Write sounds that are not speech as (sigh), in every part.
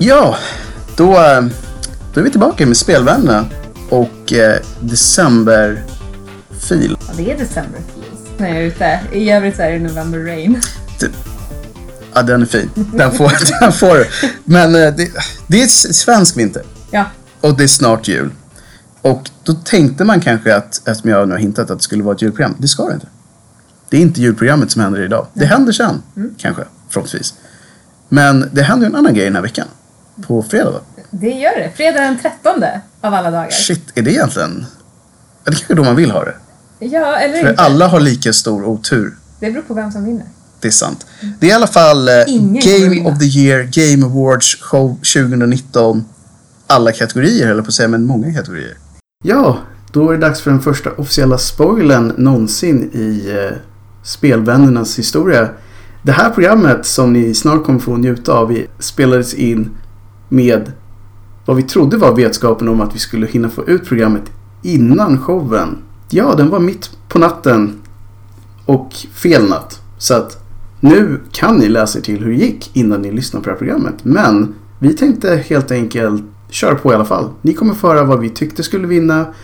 Ja, då, eh, då är vi tillbaka med spelvännerna och eh, decemberfil. Ja, det är december feels. När jag är ute. I övrigt så är det november rain. Ja, den är fin. Den får, (laughs) den får du. Men eh, det, det är s- svensk vinter Ja. och det är snart jul. Och då tänkte man kanske att, eftersom jag nu har hintat att det skulle vara ett julprogram, det ska det inte. Det är inte julprogrammet som händer idag. Det händer sen, kanske, förhoppningsvis. Men det händer ju en annan grej den här veckan. På fredag då. Det gör det. Fredag den 13 av alla dagar. Shit, är det egentligen... Ja, det kanske är då man vill ha det. Ja, eller För inte. alla har lika stor otur. Det beror på vem som vinner. Det är sant. Det är i alla fall eh, Ingen kommer Game vinna. of the Year, Game Awards show 2019. Alla kategorier höll jag på att säga, men många kategorier. Ja, då är det dags för den första officiella spoilern någonsin i eh, spelvännernas historia. Det här programmet som ni snart kommer få njuta av i- spelades in med vad vi trodde var vetskapen om att vi skulle hinna få ut programmet innan showen. Ja, den var mitt på natten och fel natt. Så att nu kan ni läsa er till hur det gick innan ni lyssnar på det här programmet. Men vi tänkte helt enkelt köra på i alla fall. Ni kommer få höra vad vi tyckte skulle vinna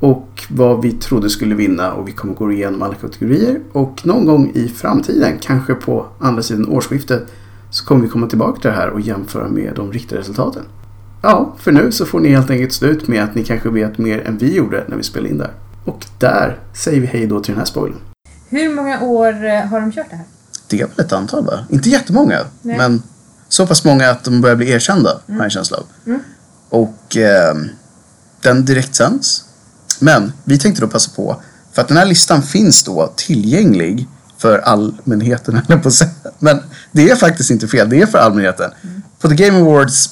och vad vi trodde skulle vinna och vi kommer gå igenom alla kategorier och någon gång i framtiden, kanske på andra sidan årsskiftet, så kommer vi komma tillbaka till det här och jämföra med de riktiga resultaten. Ja, för nu så får ni helt enkelt stå ut med att ni kanske vet mer än vi gjorde när vi spelade in där. Och där säger vi hej då till den här spoilern. Hur många år eh, har de kört det här? Det är väl ett antal va? Inte jättemånga, Nej. men så pass många att de börjar bli erkända, har jag en känsla av. Mm. Och eh, den direktsänds. Men vi tänkte då passa på, för att den här listan finns då tillgänglig för allmänheten, (laughs) höll jag på att säga. Men det är faktiskt inte fel, det är för allmänheten. Mm. På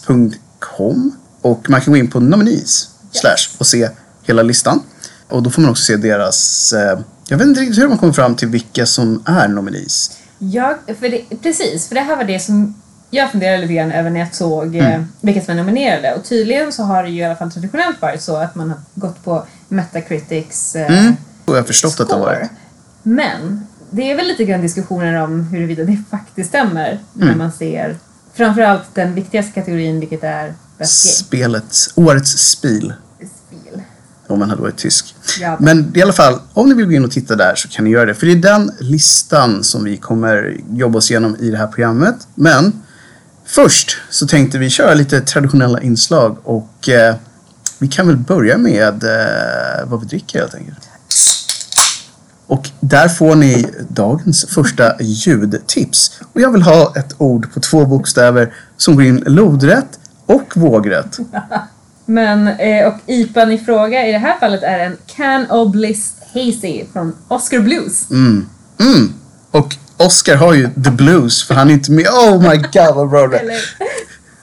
thegameawards.com och man kan gå in på nominees slash och se hela listan. Och då får man också se deras, eh, jag vet inte riktigt hur man kommer fram till vilka som är nominees. Jag, för det, precis, för det här var det som jag funderade lite grann över när jag såg Mm. eh, vilka som är nominerade. Och tydligen så har det ju i alla fall traditionellt varit så att man har gått på Metacritics eh, Mm. Och jag har förstått att det har varit. score. Men det är väl lite grann diskussioner om huruvida det faktiskt stämmer Mm. när man ser framförallt den viktigaste kategorin vilket är bäst Spelet, årets spel. game-spel. Om man hade varit tysk. Ja. Men i alla fall, om ni vill gå in och titta där så kan ni göra det. För det är den listan som vi kommer jobba oss igenom i det här programmet. Men först så tänkte vi köra lite traditionella inslag och eh, vi kan väl börja med eh, vad vi dricker helt enkelt. Och där får ni dagens första ljudtips. Och jag vill ha ett ord på två bokstäver som går in lodrätt och vågrätt. Men, eh, och IPAn i fråga i det här fallet är en Can of Bliss Hazy från Oscar Blues. Mm. Mm. Och Oscar har ju the blues för han är inte med. Oh my god vad bra det är. Eller,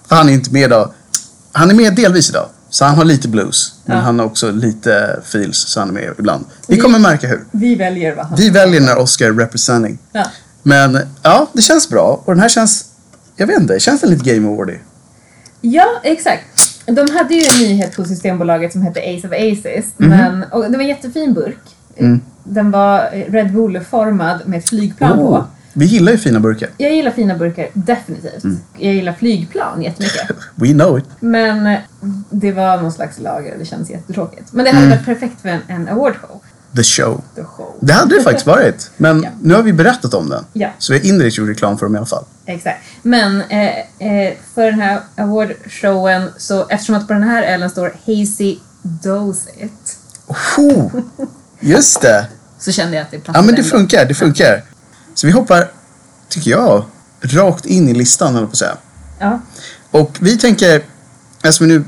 För han är inte med idag. Han är med delvis idag. Så han har lite blues. Men Ja. han har också lite feels så han är med ibland. Ni kommer märka hur. vi väljer vad han... Vi väljer när Oscar är representing. Ja. Men ja, det känns bra. Och den här känns, jag vet inte, känns den lite Game Awardy? ja, exakt. De hade ju en nyhet på Systembolaget som hette Ace of Aces. Men, och det var en jättefin burk. Mhm. Mm. Den var eh, Red Bull-formad med ett flygplan på. Oh. Vi gillar ju fina burkar. Jag gillar fina burkar, definitivt. Mm. Jag gillar flygplan jättemycket. We know it. Men eh, det var någon slags lager och det känns jättetråkigt. Men det hade varit perfekt för en, en awardshow. The show. The show. Mm. Det hade det faktiskt varit. Men Ja. nu har vi berättat om den. Ja. Så vi har indirekt gjort reklam för dem i alla fall. Exakt. Men eh, eh, för den här awardshowen, så eftersom att på den här ölen står Hazy Dose It, Oh, just det. så kände jag att det passade. Ja, men det ändå. funkar. Det funkar. Så vi hoppar, tycker jag, rakt in i listan, höll jag på att säga. Ja. Och vi tänker, eftersom vi nu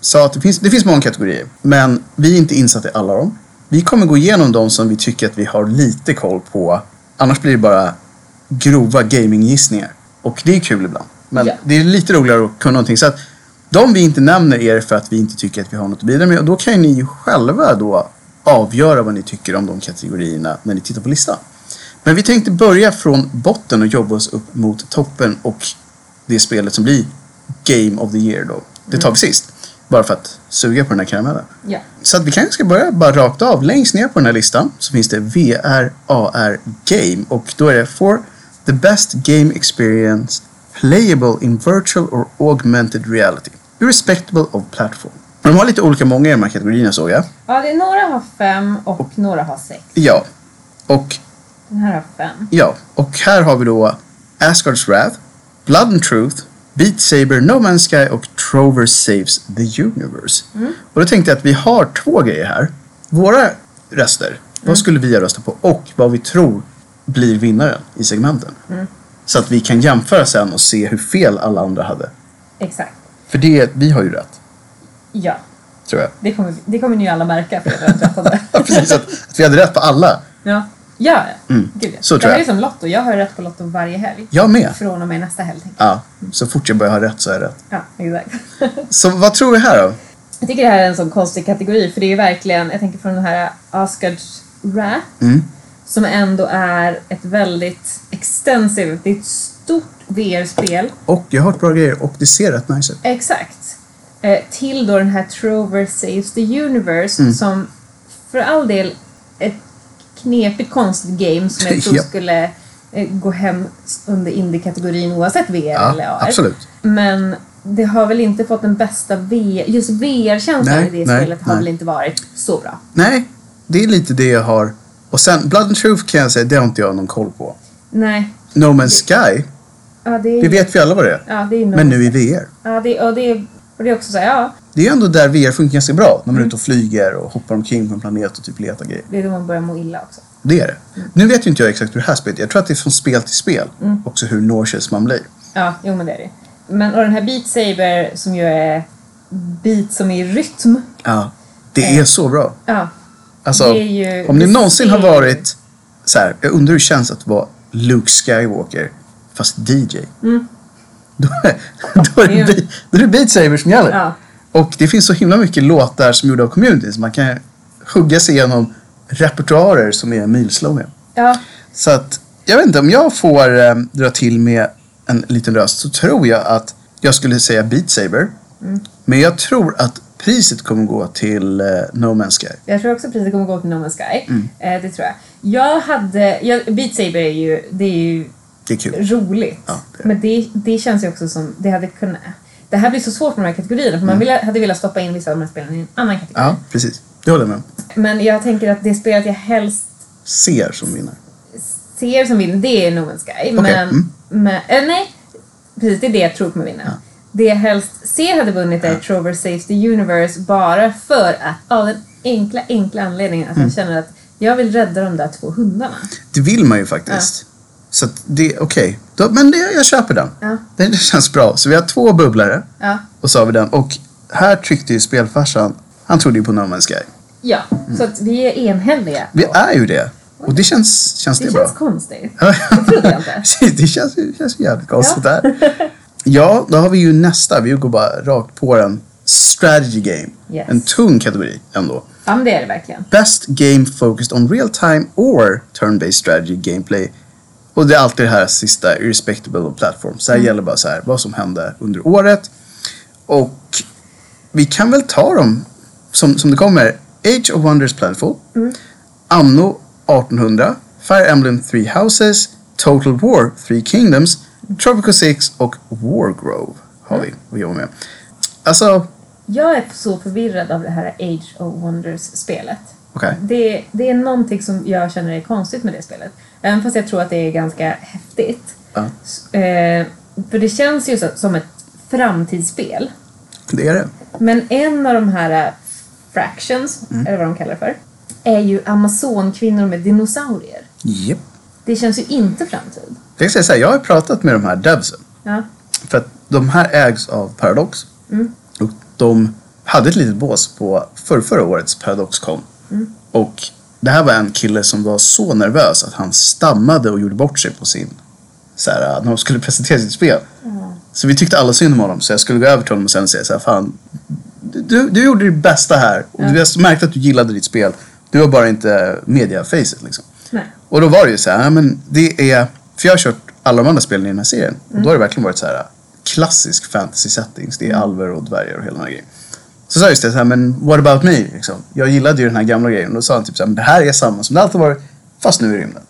sa att det finns, det finns många kategorier, men vi är inte insatta i alla dem. Vi kommer gå igenom de som vi tycker att vi har lite koll på. Annars blir det bara grova gaminggissningar. Och det är kul ibland. Men Ja. det är lite roligare att kunna någonting. Så att de vi inte nämner är det för att vi inte tycker att vi har något att bidra med. Och då kan ju ni ju själva då avgöra vad ni tycker om de kategorierna när ni tittar på listan. Men vi tänkte börja från botten och jobba oss upp mot toppen och det spelet som blir Game of the Year då. Det tar vi sist. Bara för att suga på den här karamellen. ja. Så att vi kanske ska börja bara rakt av. Längst ner på den här listan så finns det VR AR Game och då är det For the best game experience playable in virtual or augmented reality. Irrespectable of platform. De har lite olika många i de här kategorierna såg jag. Ja, det är några har fem och några har sex. Ja. Och, Den här har fem. ja. och här har vi då Asgards Wrath, Blood and Truth, Beat Saber, No Man's Sky och Trover Saves the Universe. Och då tänkte jag att vi har två grejer här. Våra röster, vad skulle vi rösta på och vad vi tror blir vinnaren i segmenten. Så att vi kan jämföra sen och se hur fel alla andra hade. Exakt. För det, vi har ju rätt, Ja, tror jag. (laughs) det kommer, det kommer ni ju alla märka för att jag träffade. Precis, att, att vi hade rätt på alla. Ja, ja. ja. Mm. Gud, ja. Så tror det här jag. är som Lotto. Jag har ju rätt på Lotto varje helg. Jag med. Från och med nästa helg. tänker Ja, så fort jag börjar ha rätt så har jag rätt. jag. Ja, exakt. Så vad tror vi här då? (laughs) Jag tycker det här är en sån konstig kategori för det är ju verkligen, jag tänker från den här Asgards Wrath Mm. som ändå är ett väldigt extensive, det är ett stort VR-spel. Och jag har hört bra grejer och det ser rätt nice ut. Exakt. Eh, till då den här Trover Saves the Universe Mm. som för all del ett knepigt konstigt game som (laughs) jag tror Ja. skulle eh, gå hem under indie-kategorin oavsett VR eller AR. absolut. Men det har väl inte fått den bästa VR, just VR-känslan Nej, i det nej, spelet har nej. väl inte varit så bra. Nej, det är lite det jag har. Och sen Blood and Truth kan jag säga, det har inte jag någon koll på. Nej. No Man's Sky, Ja, det är, det vet vi alla vad det är. ja, det är nog- Men nu i VR. Ja, det, och, det är, och det är också så här, ja, Det är ändå där VR funkar ganska bra. När man är ute och flyger och hoppar omkring på en planet och typ letar grejer. det är då man börjar må illa också. Det är det. Nu vet ju inte jag exakt hur det här spelet är. Jag tror att det är från spel till spel. Också hur nauseous man blir. Ja, jo men det är det. Men och den här Beat Saber som ju är beat som är rytm. Ja. Det är så bra. Ja, Alltså, Det är ju- om ni det någonsin har ser- varit så här, jag undrar hur det känns att vara Luke Skywalker fast DJ. Mm. Då, är- (laughs) då, är Det det, är- Be- då är det Beat Saber som gäller. Ja. Och det finns så himla mycket låtar som är gjorda av communities. Man kan hugga sig igenom repertoarer som är milslånga. ja, Så att, jag vet inte, om jag får eh, dra till med en liten röst så tror jag att jag skulle säga Beat Saber. Mm. Men jag tror att priset kommer gå till eh, No Man's Sky. jag tror också priset kommer gå till No Man's Sky. Mm. Eh, det tror jag. Jag hade, jag, Beat Saber är ju, det är ju Det är kul. roligt. Ja, det är. Men det, det känns ju också som, det hade kunnat... Det här blir så svårt med de här kategorierna för man ville, hade velat stoppa in vissa av de här spelen i en annan kategori. Mm. Ja, precis. Det håller jag med om. Men jag tänker att det spelet jag helst Ser som vinner. ser som vinner, det är No Man's Sky. Men, mm. men, eh, nej, precis, det är det jag tror kommer vinna. Det jag helst ser hade vunnit är Trover Saves the Universe bara för att, av den enkla, enkla anledningen att Mm. jag känner att jag vill rädda de där två hundarna. Det vill man ju faktiskt. Så att det, okej. Då- Men det, jag köper den. Ja. Den det känns bra. Så vi har två bubblare. Ja, Och så har vi den. Och här tryckte ju spelfarsan, han trodde ju på No Man's Sky. ja Mm. så att vi är enhälliga. Vi är ju det. Och det känns, känns det, Det bra. känns konstigt. (laughs) Ja. Det trodde jag inte. Precis, (laughs) det känns, det känns ju jävligt konstigt där. Ja, då har vi ju nästa. Vi går bara rakt på den. Strategy game. Yes. En tung kategori ändå. (laughs) Ja, men det är det verkligen. Best game focused on real time or turn-based strategy gameplay. Och det är alltid det här sista, irrespectable of platform. Så här gäller bara så här, vad som hände under året. Och vi kan väl ta dem som, som det kommer. Age of Wonders Planfall. Anno 1800. Fire Emblem Three Houses. Total War Three Kingdoms. Tropico 6 och Wargrove har vi att jobba med. Alltså, Jag är så förvirrad av det här Age of Wonders-spelet. okej. Det, det är någonting som jag känner är konstigt med det spelet. Även fast jag tror att det är ganska häftigt. Ja, S- Eh, för det känns ju så, som ett framtidsspel. det är det. Men en av de här eh, fractions, Mm. eller vad de kallar det för, är ju Amazonkvinnor med dinosaurier. Japp. Det känns ju inte framtid. Jag, säga så här, jag har pratat med de här devsen. Ja, För att de här ägs av Paradox. Och de hade ett litet bås på för förra årets Paradoxcon. Och det här var en kille som var så nervös att han stammade och gjorde bort sig på sin... Så här, när de skulle presentera sitt spel. Så vi tyckte alla synd om honom. Så jag skulle gå över till honom och sen säga så här, fan. Du, du gjorde ditt bästa här. Och du jag märkte att du gillade ditt spel. Du var bara inte mediafacet liksom. nej. Och då var det ju så här, ja, men det är, för jag har kört alla de andra spelen i den här serien. Och då har det verkligen varit så här klassisk fantasy settings. Det är alver och dvärgar och hela den här grejen. Så sa jag just det, så här, men what about me? Mm. Liksom. Jag gillade ju den här gamla grejen. Och då sa han typ så här, men det här är samma som det alltid varit, fast nu i rymden.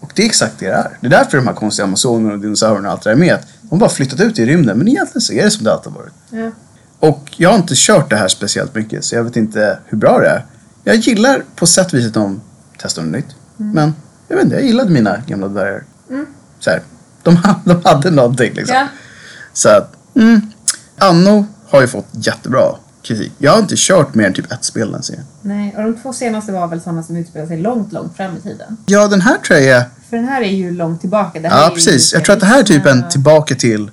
Och det är exakt det det är. Det är därför de här konstiga amazonerna och dinosaurierna och allt det där är med. Att de har bara flyttat ut i rymden, men egentligen så är det som det alltid har varit. Ja. Och jag har inte kört det här speciellt mycket, så jag vet inte hur bra det är. Jag gillar på sätt och vis att de testar något nytt. Men jag vet inte, jag gillade mina gamla dvärgar. Mm. Så här, de, ha- de hade någonting liksom. ja. Så att, mm. Anno har ju fått jättebra kritik. Jag har inte kört mer än typ ett spel den serien. Nej, och de två senaste var väl sådana som utspelar sig långt, långt fram i tiden. Ja, den här tror jag är... För den här är ju långt tillbaka. Det här är Ja, ju precis. lite- Jag tror att det här är typ Ja. en tillbaka till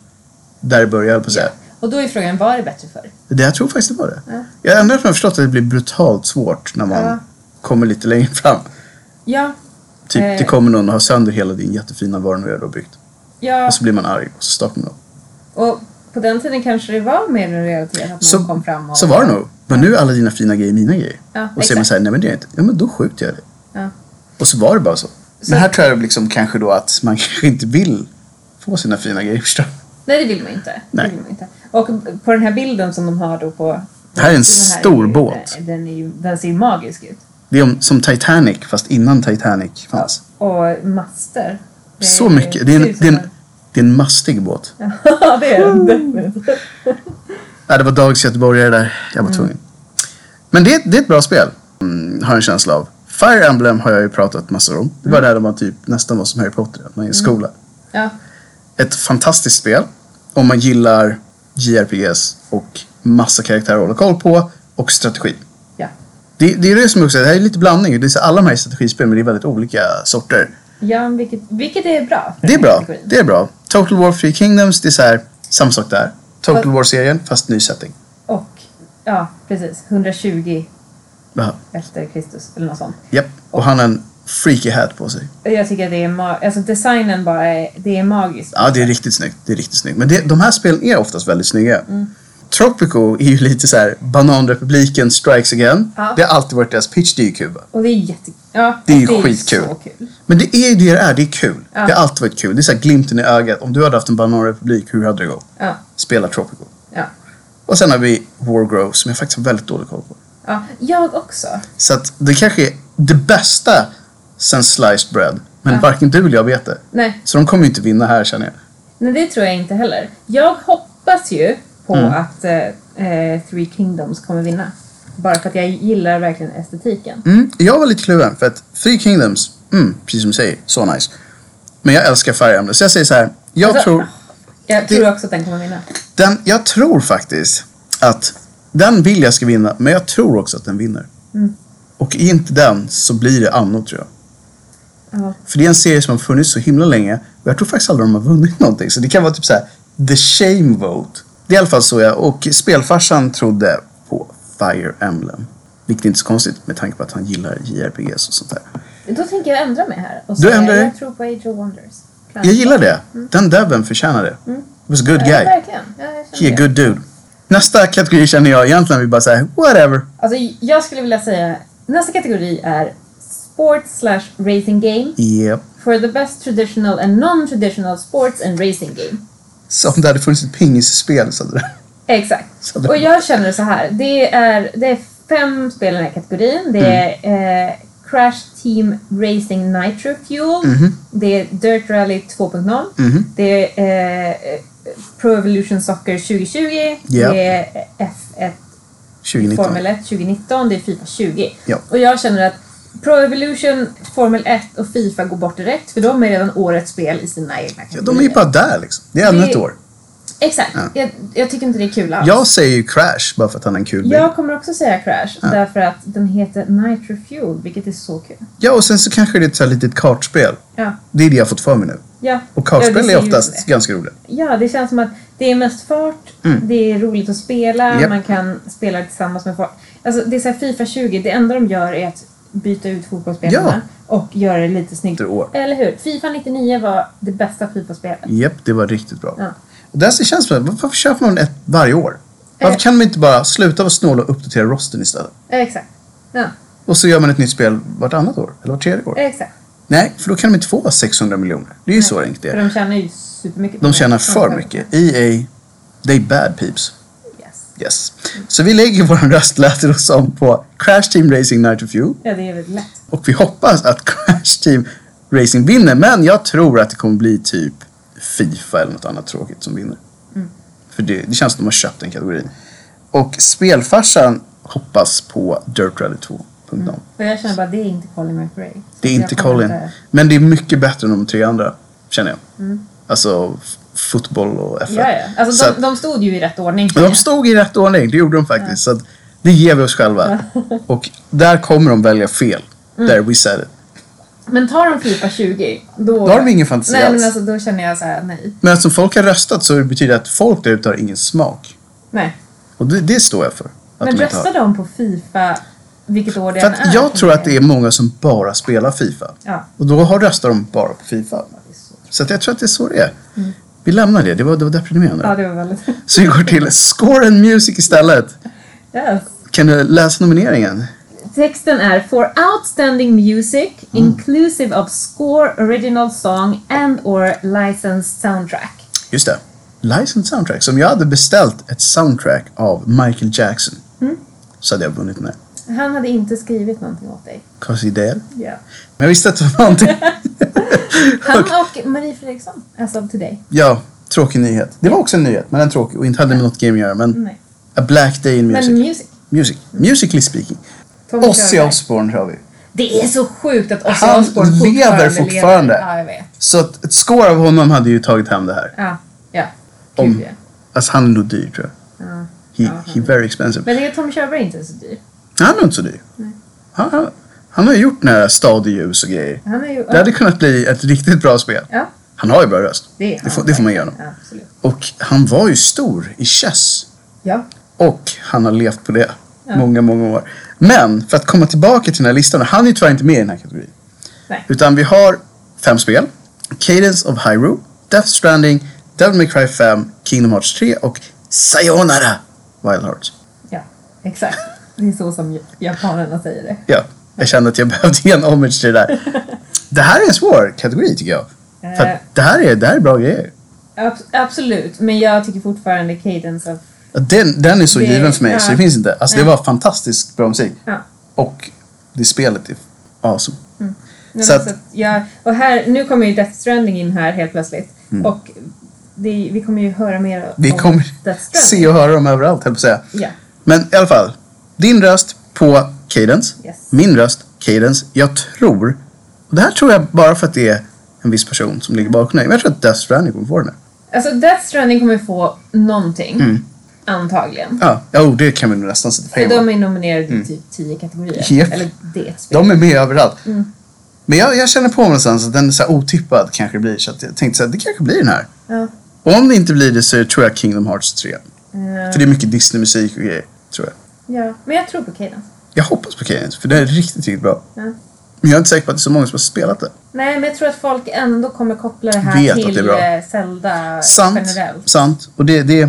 där det började, höll jag på att säga. Ja. Och då är frågan, var det bättre för? Det jag tror faktiskt det var det. Ja. Jag ändå har förstått att det blir brutalt svårt när man Ja. kommer lite längre fram. Ja, Typ, Eh. det kommer någon och har sönder hela din jättefina varumärke du har byggt. ja. Och så blir man arg och så startar man upp. Och på den tiden kanske det var mer relaterat att någon Så, kom fram och... så var det nog. Men nu är alla dina fina grejer mina grejer. Ja, och så är man exakt. såhär, nej men det är inte. Ja men då skjuter jag det. Ja. Och så var det bara så. Så- Men här tror jag liksom kanske då att man (laughs) kanske inte vill få sina fina grejer förstörda. Nej, det vill man inte. Nej. Det vill man inte. Och på den här bilden som de har då på... Det här är en Den stor ju- båt. Den, är ju, den ser ju magisk ut. Det är om- som Titanic fast innan Titanic fanns. Och master. Det är Så ju- mycket. Det är, en, ser det, är ut en, det är en mastig båt. som en- (laughs) Ja, det är den definitivt. Ja, det var Dags göteborgare där. Mm. Jag var tvungen. Men det, det är ett bra spel. Mm, har jag en känsla av. Fire Emblem har jag ju pratat massor om. Det var Mm. där de var typ nästan var som Harry Potter. Att man är i skola. Ja, Ett fantastiskt spel. Om man gillar JRPGs och massa karaktärer att hålla koll på. Och strategi. ja, Det, det är det som också, det här är lite blandning. Det är så alla de här är strategispel men det är väldigt olika sorter. ja vilket, vilket är bra. för Det är den här bra. kategorin. Det är bra. Total War Three Kingdoms, det är så här, samma sak där. Total War-serien fast ny setting. Och, ja, precis. 120 Jaha. efter Kristus, eller något sånt. Japp. Och han har en freaky hat på sig. Jag tycker att det är ma- alltså designen bara är, det är magiskt. Ja, det är riktigt snyggt. Det är riktigt snyggt. Men det, de här spelen är oftast väldigt snygga. Mm. Tropico är ju lite så här bananrepubliken strikes again. Ja. Det har alltid varit deras pitch, det är ju Kuba. Och det är jätte... Ja, Det är ju skitkul. så kul. Men det är ju det det är, det är kul. Ja. Det har alltid varit kul. Det är så här glimten i ögat. Om du hade haft en bananrepublik, hur hade det gått? Ja, Spela Tropico. ja, Och sen har vi Wargrove som jag faktiskt har väldigt dålig koll på. ja. Jag också. Så att det kanske är det bästa sen sliced bread. Men Ja. varken du eller jag vet det. Nej, Så de kommer ju inte vinna här känner jag. nej, det tror jag inte heller. Jag hoppas ju på Mm. att eh, eh, Three Kingdoms kommer vinna. Bara för att jag gillar verkligen estetiken. Mm, jag var lite kluven för att Three Kingdoms, mm, precis som du säger, så nice. Men jag älskar Fire Emblem. Så jag säger så här. Jag, Alltså- tror, Jag Det- tror också att den kommer vinna. den, jag tror faktiskt att den vill jag ska vinna, men jag tror också att den vinner. Mm. Och är inte den så blir det Anno tror jag. Ja, För det är en serie som har funnits så himla länge och jag tror faktiskt aldrig de har vunnit någonting. Så det kan vara typ så här: the shame vote. Det är i alla fall så jag och spelfarsan trodde på Fire Emblem. Vilket är inte är så konstigt med tanke på att han gillar JRPGs och sånt där. då tänker jag ändra mig här. Och Du säga, ändrar dig? Jag tror på Age of Wonders. Plan. Jag gillar det. Den dubben förtjänar det. He was a good Mm. Ja, guy. verkligen. Ja, jag känner He a det. good dude. Nästa kategori känner jag egentligen vi bara säger whatever. Alltså, jag skulle vilja säga, nästa kategori är Sports slash Racing Game Yep. for the best traditional and non-traditional sports and racing game. Så om det hade funnits ett pingisspel så hade det... Exakt. Så det- Och jag känner det så här, det är, det är fem spel i den här kategorin. Det Mm. är eh, Crash Team Racing Nitro Fuel, Mhm. det är Dirt Rally 2.0, Mm. det är eh, Pro Evolution Soccer 2020, Ja. det är F1 2019. Formel 1 2019, det är Fifa 20. Ja. Och jag känner att Pro Evolution, Formel 1 och Fifa går bort direkt för de är redan årets spel i sina egna Ja, de är ju bara där liksom. Det är ännu ett år. Exakt. Jag, jag tycker inte det är kul alls. Jag säger ju Crash bara för att han är en kul bild. Jag kommer också säga Crash därför att den heter Nitro Fuel vilket är så kul. Ja, och sen så kanske det är ett så här litet kartspel. Ja. Det är det jag har fått för mig nu. Ja. Och Ja, det kartspel ser ju är ut oftast som det. ganska roliga. Ja, det känns som att det är mest fart, det är roligt att spela, Mm. Japp. man kan spela tillsammans med folk. Alltså, det är så här Fifa 20, det enda de gör är att byta ut fotbollsspelarna och göra det lite snyggt. Efter år. Eller hur? Fifa 99 var det bästa Fifa-spelet. Japp, det var riktigt bra. Ja. Och det här så känns som, varför köper man ett varje år? Varför Eh. kan de inte bara sluta vara snåla och uppdatera rosten istället? Ja, Eh, Exakt. Ja, Och så gör man ett nytt spel vartannat år, eller vart tredje år. exakt. Nej, för då kan de inte få 600 miljoner. Det är ju så enkelt det För är. de tjänar ju supermycket De pengar. tjänar för mycket. EA, they bad peeps. Yes. Yes. Så vi lägger vår (laughs) röst, lät oss om, på Crash Team Racing Night of You. Ja, det är väldigt lätt. Och vi hoppas att (laughs) Crash Team racing vinner. Men jag tror att det kommer bli typ Fifa eller något annat tråkigt som vinner. Mm. För det, det känns som de har köpt den kategorin. Och spelfarsan hoppas på Dirt Rally 2.0. Och jag känner bara, det är inte Colin McRae. Så Det är Mm. jag inte kommer Colin. inte- Men det är mycket bättre än de tre andra, känner jag. Mm. Alltså f- fotboll och F1. Ja, ja. Så Alltså, att- de, de stod ju i rätt ordning. Men de stod i rätt ordning, det gjorde de faktiskt. Så att, det ger vi oss själva. Och där kommer de välja fel. Mm. Där we said it. Men tar de Fifa 20, då... Då har de ingen fantasi Nej, men alls. alltså då känner jag så här, nej. Men eftersom folk har röstat så betyder det att folk där ute har ingen smak. Nej. Och det, det står jag för. Att Men de inte har. röstar de på Fifa, vilket år det För än är? att jag tror att det är många som bara spelar Fifa. Ja. Och då har röstar de bara på Fifa. Så att jag tror att det är så det är. Vi lämnar det, det var, det var deprimerande. Mm. ja, det var väldigt... Så vi går till Score and Music istället. Yes. Kan du läsa nomineringen? Texten är For outstanding music Mm. inclusive of score, original song and or licensed soundtrack. Just det. Licensed soundtrack. Som jag hade beställt ett soundtrack av Michael Jackson. Mm. Så hade jag vunnit den här. Han hade inte skrivit någonting åt dig. Cause he dead. Ja. Men jag visste att det var (laughs) någonting. Han och Marie Fredriksson, as of today. ja, tråkig nyhet. Det var också en nyhet, men en tråkig och inte hade med något game att göra. Men Nej. A Black Day in Music. Mm. Men Oh music. music. Musically speaking. Tommy Ozzy Körberg. Osbourne har vi. Det är så sjukt att Ozzy Han Osbourne fortfarande lever fortfarande. Ja, jag vet. Så att ett score av honom hade ju tagit hem det här. Ja, ja. Om- Gud, ja. Alltså han är nog dyr tror jag. ja. He, Ja, he very expensive. Men det är Tommy Körberg inte så dyr. Han är inte så dyr. Nej. Han, han, han har ju gjort några stadieljus och grejer. Han är ju... Det hade kunnat bli ett riktigt bra spel. Ja, Han har ju bra röst. det är Det får, det får man ge honom. Ja, absolut. Och han var ju stor i chess. Ja. Och han har levt på det Ja. många, många år. Men för att komma tillbaka till den här listan. Han är ju tyvärr inte med i den här kategorin. Nej. Utan vi har fem spel. Cadence of Hyrule, Death Stranding, Devil May Cry 5, Kingdom Hearts 3 och Sayonara Wild Hearts. Ja, exakt. (laughs) Det är så som japanerna (laughs) säger det. Ja, jag kände att jag (laughs) behövde ge en homage till det där. Det här är en svår kategori tycker jag. För Eh. att det här är, det här är bra grejer. Ab- absolut, men jag tycker fortfarande Cadence of... Ja, Den, den är så Det- given för mig ja. så det finns inte. Alltså det Nej. var fantastiskt bra musik. Ja. Och det spelet är awesome. Men Så så att- att, jag, och här, nu kommer ju Death Stranding in här helt plötsligt. Och det, vi kommer ju höra mer Mm. Vi om kommer Death Stranding. se och höra dem överallt höll jag på att säga. Ja, Men i alla fall. Din röst på Cadence. yes. Min röst, Cadence. Jag tror, och det här tror jag bara för att det är en viss person som ligger bakom dig. Men jag tror att Death Stranding kommer få den här. Alltså Death Stranding kommer få någonting. Mm. Antagligen. Ja, ja, oh, det kan vi nog nästan sätta För pengar på. de är nominerade i typ 10 kategorier. Japp. Eller det är ett spel. Mm. De är med överallt. Mm. Men jag, jag känner på mig någonstans att den är så här otippad kanske det blir. Så att jag tänkte så här, det kanske blir den här. Ja. Och om det inte blir det så tror jag Kingdom Hearts 3. Eh, För det är mycket Disney-musik och grejer, tror jag. ja. Men jag tror på Cadence. Jag hoppas på Cadence, för det är riktigt, riktigt bra. Ja. Men jag är inte säker på att det är så många som har spelat det. Nej, men jag tror att folk ändå kommer koppla det här Vet att det är till bra. eh, Zelda Sant. generellt. Mm. Sant. Och det, det...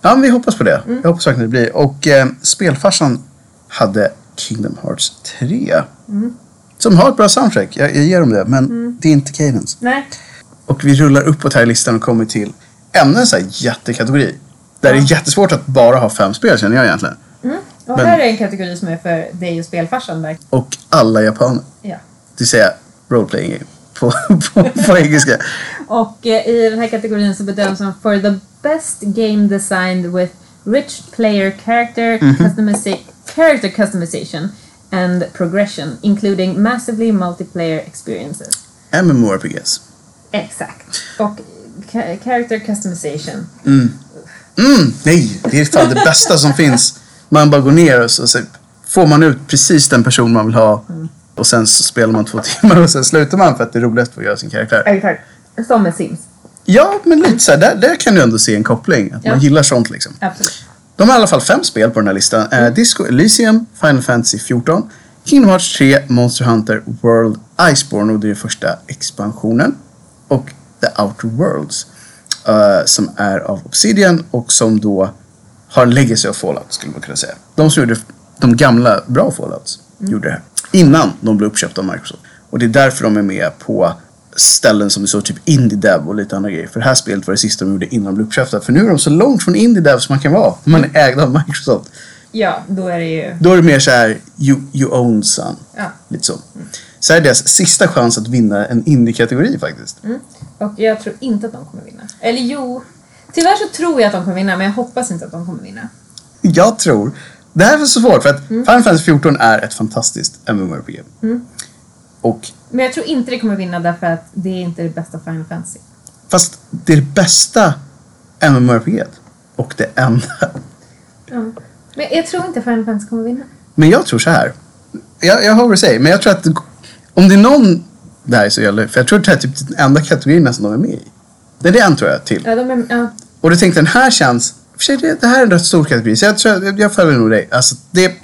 Ja, men vi hoppas på det. Jag hoppas verkligen det blir. Och eh, spelfarsan hade Kingdom Hearts 3. Mm. Som har ett bra soundtrack. Jag, jag ger dem det. Men det är inte Cadence. Nej, Och vi rullar uppåt här i listan och kommer till ännu en sån här jättekategori. Där det är jättesvårt att bara ha fem spel känner jag egentligen. Mm. Och Men- här är en kategori som är för dig och spelfarsan. Där. Och alla japaner. Ja. Det vill säga role-playing game på, på, på engelska. Och eh, i den här kategorin så bedöms som For the best game designed with rich player character, customiza- character customization and progression including massively multiplayer experiences. MMORPGs. Exakt. Och ca- character customization. Mm, nej, det är fan det bästa som finns. Man bara går ner och så, så får man ut precis den person man vill ha. Och sen så spelar man två timmar och sen slutar man för att det är roligast att få göra sin karaktär. Exakt. Som med Sims. Ja, men lite så här, där, där kan du ändå se en koppling. Att Ja. man gillar sånt liksom. Absolut. De har i alla fall fem spel på den här listan. Eh, Disco Elysium, Final Fantasy 14, Kingdom Hearts 3, Monster Hunter, World Iceborne och det är första expansionen. Och The Outer Worlds. eh, som är av Obsidian och som då har en legacy av Fallout skulle man kunna säga. De som gjorde de gamla bra Fallouts Mm. gjorde det här. Innan de blev uppköpta av Microsoft. Och det är därför de är med på ställen som det står typ Indie Dev och lite andra grejer. För det här spelet var det sista de gjorde innan de blev uppköpta. För nu är de så långt från Indie Dev som man kan vara. om Man är ägd av Microsoft. Ja, då är det ju... Då är det mer så här you, you own son. Ja. Mm. Lite så. Så här är deras sista chans att vinna en indie-kategori faktiskt. Mm. Och jag tror inte att de kommer vinna. Eller jo, tyvärr så tror jag att de kommer vinna men jag hoppas inte att de kommer vinna. Jag tror... Det här är så svårt för att Final Fantasy 14 är ett fantastiskt MMORPG. Mm. Och, Men jag tror inte det kommer vinna därför att det är inte det bästa Final Fantasy. fast det är det bästa MMORPG et och det enda. Mm. Men jag tror inte Final Fantasy kommer vinna. Men jag tror så här. Jag, jag hör vad du säger, men jag tror att om det är någon... Det här är så jävla... För jag tror att det här är typ den enda kategorin som de är med i. Det är det en tror jag till. Ja, de är, ja. Och då tänkte jag, den här känns... För sig, det, det här är en rätt stor kategori, så jag, tror, jag, jag följer nog dig. Alltså, det,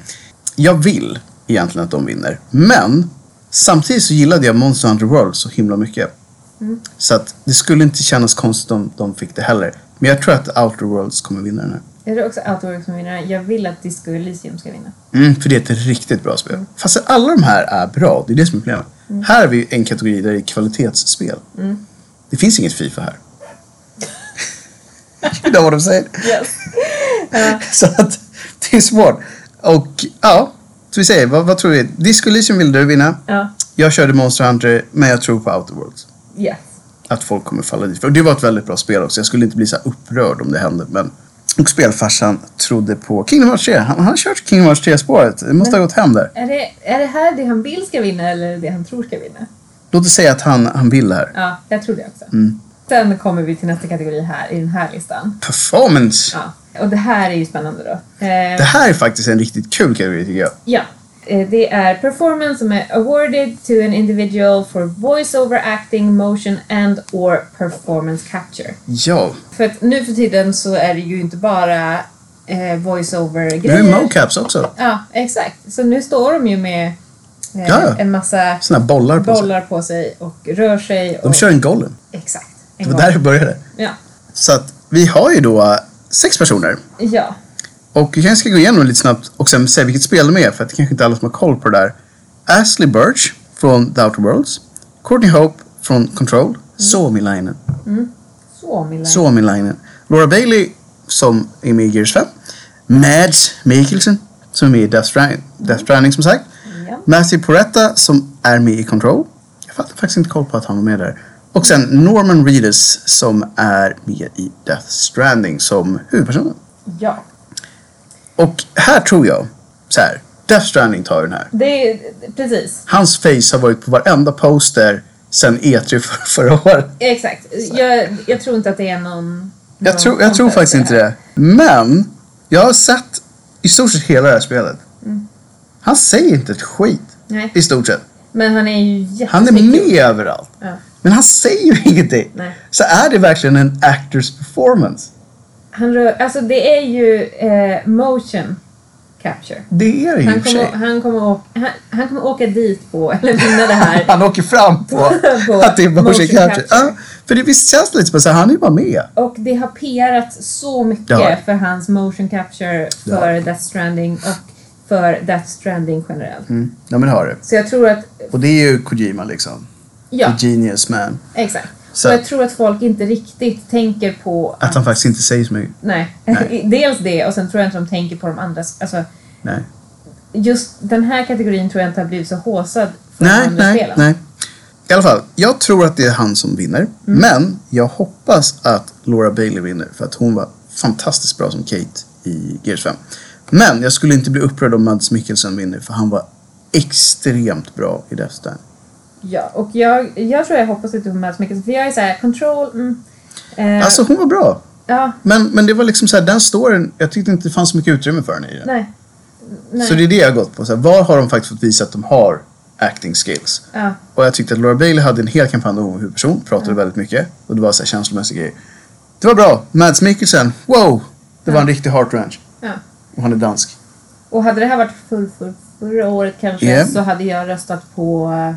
jag vill egentligen att de vinner, men samtidigt så gillade jag Monster Hunter World så himla mycket. Mm. Så att det skulle inte kännas konstigt om de fick det heller. Men jag tror att Outer Worlds kommer vinna den här. Jag tror också Outwork som vinner. Jag vill att Disco Elysium ska vinna. Mm, för det är ett riktigt bra Mm. spel. Fast alla de här är bra, det är det som är problemet. Här har vi en kategori där det är kvalitetsspel. Mm. Det finns inget Fifa här. (laughs) det är vad de säger. Yes. ja. (laughs) Så att det är svårt. Och ja, så vi säger, vad, vad tror vi? Disco Elysium ville du vinna. ja. Jag körde Monster Hunter, men jag tror på Outer Worlds. Yes. Att folk kommer falla dit. Och det var ett väldigt bra spel också. Jag skulle inte bli så här upprörd om det hände. Men... Och spelfarsan trodde på Kingdom Hearts 3. Han han har kört Kingdom Hearts 3-spåret. Det måste ha gått hem där. Är det, är det här det han vill ska vinna eller det han tror ska vinna? Låt oss säga att han, han vill det här. Ja, jag tror det också. Mm. Sen kommer vi till nästa kategori här i den här listan. Performance! Ja. Och det här är ju spännande då. Eh, Det här är faktiskt en riktigt kul kategori tycker jag. Ja. Eh, Det är performance som är awarded to an individual for voice-over acting, motion and or performance capture. Ja. För att nu för tiden så är det ju inte bara eh, Nu är voice-over-grejer. det mocaps också. Ja, exakt. Så nu står de ju med eh, Ja. en massa Såna här bollar på sig. bollar på sig och rör sig. Och, De kör en golem. Exakt. Det En var gång. där det började. Ja. Så att vi har ju då eh, sex personer. ja. Och vi kanske ska gå igenom lite snabbt och sen säga vilket spel de är för att det kanske inte är alla som har koll på det där. Ashley Birch från The Outer Worlds. Courtney Hope från Control. Mm. Suomilainen. Så Milla. Suomilainen. Laura Bailey som är med i Gears 5. Mads Mikkelsen som är med i Death Stranding, Death Stranding som sagt. Ja. Matthew Poretta som är med i Control. Jag fattar faktiskt inte koll på att han var med där. Och sen Norman Reedus som är med i Death Stranding som huvudpersonen. ja. Och här tror jag, så här, Death Stranding tar ju den här. Det är precis. Hans face har varit på varenda poster sen E3 (laughs) för, förra året. Exakt. Jag, jag tror inte att det är någon... någon Jag, tror, jag tror contest faktiskt i inte här. det. Men, jag har sett i stort sett hela det här spelet. Han säger inte ett skit. Nej. I stort sett. Men han är ju jättesnygg. Han är med överallt. Ja. Men han säger ju ingenting. Nej. Så är det verkligen en actors performance? Han rör, alltså det är ju eh, motion capture. Det är det ju i Han och för kommer, sig. han, kommer åka, han, han kommer åka dit på, (laughs) eller vinna det här. (laughs) Han åker fram på (laughs) På att det är motion motion capture. capture. Ja, för det visst känns det lite som att så här, han är ju bara med. Och det har PRats så mycket Det har det. för hans motion capture Det har för Death Stranding och för Death Stranding generellt. Mm. Ja men det har det. Så jag tror att, Och det är ju Kojima liksom. ja, The genius man. exakt. Så- Så. Och jag tror att folk inte riktigt tänker på... Att han faktiskt inte säger så mycket. Nej. Nej. (laughs) Dels det och sen tror jag inte de tänker på de andra. Alltså, Nej. just den här kategorin tror jag inte har blivit så håsad för de Nej, andra nej, spelen. nej. I alla fall, jag tror att det är han som vinner. Mm. Men jag hoppas att Laura Bailey vinner för att hon var fantastiskt bra som Kate i Gears 5. Men jag skulle inte bli upprörd om Mads Mikkelsen vinner för han var extremt bra i Death Stranding. Ja, och jag, jag tror jag hoppas att du möts mycket. För jag är såhär, control, mm, eh, Alltså hon var bra. ja, Men, men det var liksom så här, den storyn, jag tyckte inte det fanns så mycket utrymme för henne i den. nej. nej. Så det är det jag har gått på. Så här, var har de faktiskt fått visa att de har acting skills? ja. Och jag tyckte att Laura Bailey hade en hel kampanj där hon var huvudperson, pratade väldigt mycket. Och det var så här känslomässiga grejer. Det var bra. Mads Mikkelsen, wow! Det var en riktig heart wrench. Ja. Och han är dansk. Och hade det här varit för, för, förra året kanske Ja. så hade jag röstat på eh,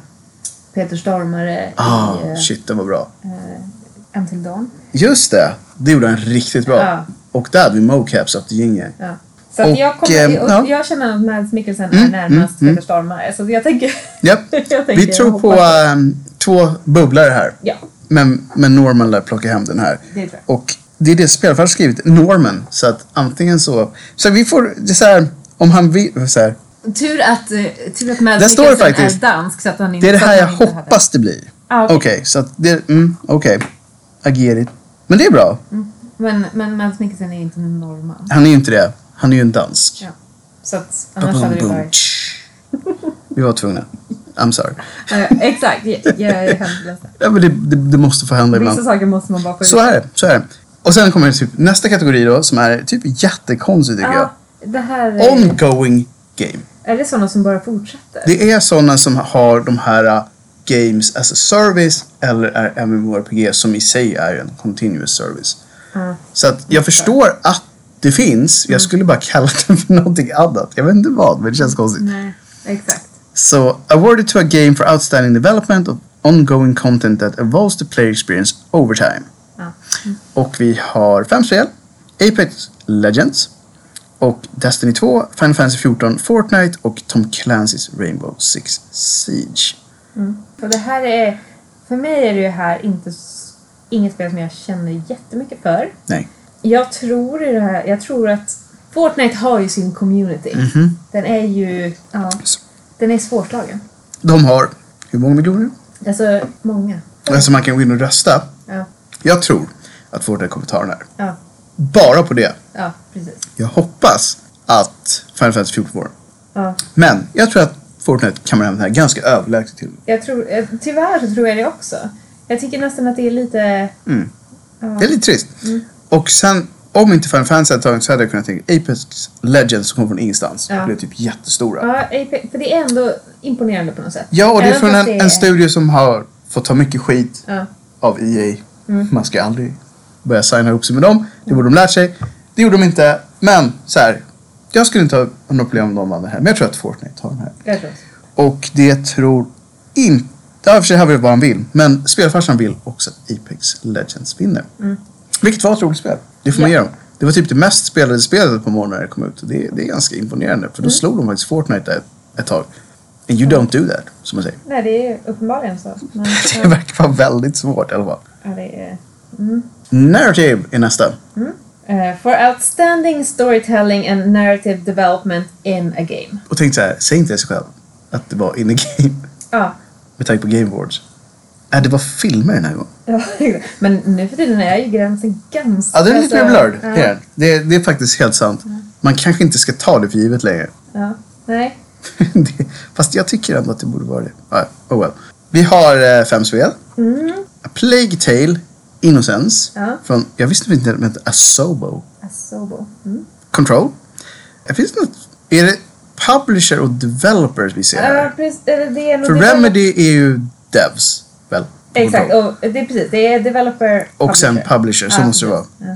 Peter Stormare Ah, i eh, shit, den var bra. eh, Until Dawn. Just det! Det gjorde han riktigt bra. Ja. Och där hade vi mocaps efter gänget. Ja. Så att Och, jag, kommer, eh, och ja. jag känner att Mads Mikkelsen Mm, är närmast mm, Peter Stormare. Så (laughs) jag tänker... Japp. (laughs) jag tänker Vi tror på hoppas- ehm, två bubblor här. Ja, Men, men Norman lär plocka hem den här. det tror jag. Och det är det spelet har skrivit, Norman. Så att antingen så... Så vi får, det är så här, om han vill, så här, Tur att, eh, tur att Mads Där står det Mikkelsen faktiskt. är dansk så att han inte... Det är det här så jag att han inte hade- hoppas det blir. Ja, Okej, okej. så att det... Mm, Okej. Agerigt. Men det är bra. Men, men Mads Mikkelsen är inte en norrman. Han är ju inte det. Han är ju en dansk. Ja. Så att annars hade det Ba-boom, varit... tsch. Vi var tvungna. I'm sorry. Eh, exakt, jag, jag är hemskt ledsen. Ja, men det, det, det måste få hända ibland. Vissa saker måste man bara få Så är det. Så är det. Och sen kommer typ nästa kategori då som är typ jättekonstig tycker Ja, Ah, det här... jag. är- Ongoing game. Är det sådana som bara fortsätter? Det är sådana som har de här uh, Games as a service eller är MMORPG som i sig är en continuous service. Ja. Så att jag förstår att det finns. Jag skulle bara kalla det för någonting annat. Jag vet inte vad, men det känns konstigt. Nej, exakt. So, awarded to a game for outstanding development of ongoing content that evolves the player experience over time. Ja. Och vi har fem spel. Apex Legends. Och Destiny 2, Final Fantasy 14, Fortnite och Tom Clancy's Rainbow Six Siege. Mm. Och det här är... För mig är det ju här inte, s- inget spel som jag känner jättemycket för. Nej. Jag tror i det här... Jag tror att... Fortnite har ju sin community. Mhm. Den är ju... Ja, den är svårslagen. De har, hur många miljoner? Alltså, många. Alltså man kan gå in och rösta. Ja, Jag tror att Fortnite kommer ta den här. ja, Bara på det. ja precis. Jag hoppas att Final Fantasy 14 får den. Ja. Men jag tror att Fortnite kammar hem den här ganska överlägset till. Jag tror, eh, tyvärr så tror jag det också. Jag tycker nästan att det är lite... Mm. Ja. Mm. Det är lite trist. Och sen, om inte Final Fantasy hade tagit så hade jag kunnat tänka Apex Legends som kom från ingenstans. Ja. Blev typ jättestora. Ja, Apex- för det är ändå imponerande på något sätt. Ja, och det är Även från fast en, en studio som har fått ta mycket skit Ja, av EA. Mm. Man ska aldrig börja signa ihop sig med dem. Det borde de lärt sig. Det gjorde de inte. Men så här, jag skulle inte ha något problem om de vann den här. Men jag tror att Fortnite tar den här. jag tror också. Och det tror inte... Ja, i och för sig här vill vad han vill. Men spelfarsan vill också att Apex Legends vinner. Vilket var ett roligt spel. Det får man Ja. ge dem. Det var typ det mest spelade spelet på morgonen när det kom ut. Och Det, det är ganska imponerande. För då slog de faktiskt Fortnite ett, ett tag. And you don't do that, som man säger. Nej, det är uppenbarligen så. (laughs) Men, Det verkar vara väldigt svårt i alla fall. ja, det är... Narrative är nästa. Eh, for outstanding storytelling and narrative development in a game. Och tänk så här, säg inte det sig själv. Att det var in the (laughs) game. Ja, (laughs) Med tanke på Game Awards. Äh, det var filmer den här gången. ja, men nu för tiden är ju gränsen ganska... Ja, den är lite mer så- blurred. Alltså, Ja, Mm. Det, är, den. det, är- det är faktiskt helt sant. Man kanske inte ska ta det för givet längre. (laughs) ja, nej. Det- Fast jag tycker ändå att det borde vara det. Ja, oh well. Vi har eh, fem spel. Mm. A Plague Tale, Innocence. Ja. Från, jag visste inte att den hette Asobo. Asobo. Mm. Control. Eh, Finns det något? Är det publisher och developers vi ser här? Ja, precis. Eller det är nog För develop- Remedy är ju devs, väl? Exakt, Control. och det är precis. Det är developer... Och sen publisher, så Ja, måste det vara. precis. Ja.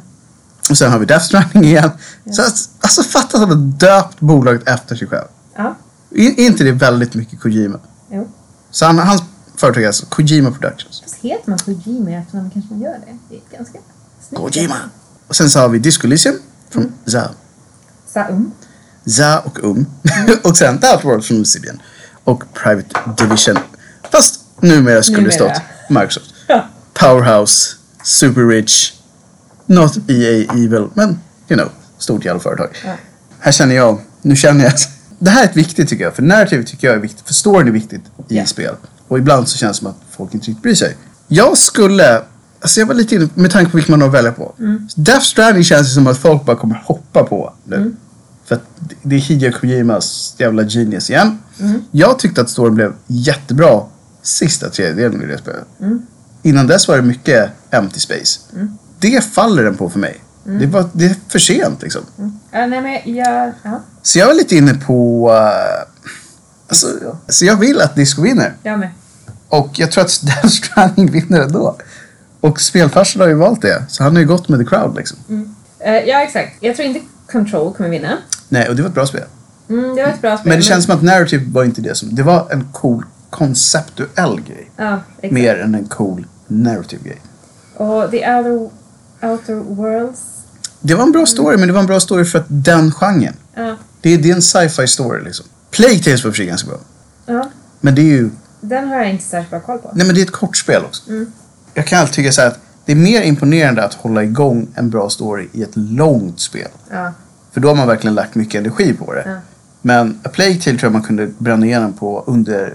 Och sen har vi Death Stranding igen. Så att, alltså fatta att man döpt bolaget efter sig själv. ja, Är är inte det väldigt mycket Kojima? jo. Så han, hans företag är alltså Kojima Productions. Heter man Kojima i efternamn kanske man gör det. Det är ganska snyggt. Kojima! Och sen så har vi Disco Elysium från Mm. ZA. Saum. ZA och UM. (laughs) och sen The Outworld från Obsidian. Och Private Division. Fast numera skulle det Numera. stått Microsoft. Ja. Powerhouse, Super Rich, Not EA Evil, men you know, stort jävla företag. Ja. Här känner jag, nu känner jag (laughs) att det här är viktigt tycker jag, för narrativ tycker jag är viktigt, för storyn är viktigt i Ja. spel. Och ibland så känns det som att folk inte riktigt bryr sig. Jag skulle, alltså jag var lite inne, med tanke på vilket man har att välja på. Mm. Death Stranding känns det som att folk bara kommer hoppa på nu. Mm. För att det- det är Hideo Kojimas jävla genius igen. Mm. Jag tyckte att storyn blev jättebra sista tredjedelen i det spelet. Innan dess var det mycket empty space. Det faller den på för mig. Det, var, det är för sent liksom. Ja, Eh, nej men jag... Ja, Så jag var lite inne på... eh, alltså, Disco. så jag vill att Disco vinner. jag med. Och jag tror att (laughs) Death Stranding vinner ändå. Och spelfarsan har ju valt det. Så han har ju gått med the crowd liksom. Eh, ja, exakt. Jag tror inte Control kommer vinna. Nej, och det var ett bra spel. Mm, det var ett bra spel. Men det känns som att narrative var inte det som... Det var en cool konceptuell grej. Ja, exakt. Mer än en cool narrative grej. Och The Outer, Outer Worlds. Det var en bra story, men det var en bra story för att den genren. Ja, Det är, det är en sci-fi story liksom. Plague Tales var för sig ganska bra. ja. Men det är ju... Den har jag inte särskilt bra koll på. Nej men det är ett kortspel också. Mm. Jag kan alltid tycka så här att det är mer imponerande att hålla igång en bra story i ett långt spel. Ja, För då har man verkligen lagt mycket energi på det. Ja. Men A Plague Tale tror jag man kunde bränna igenom på under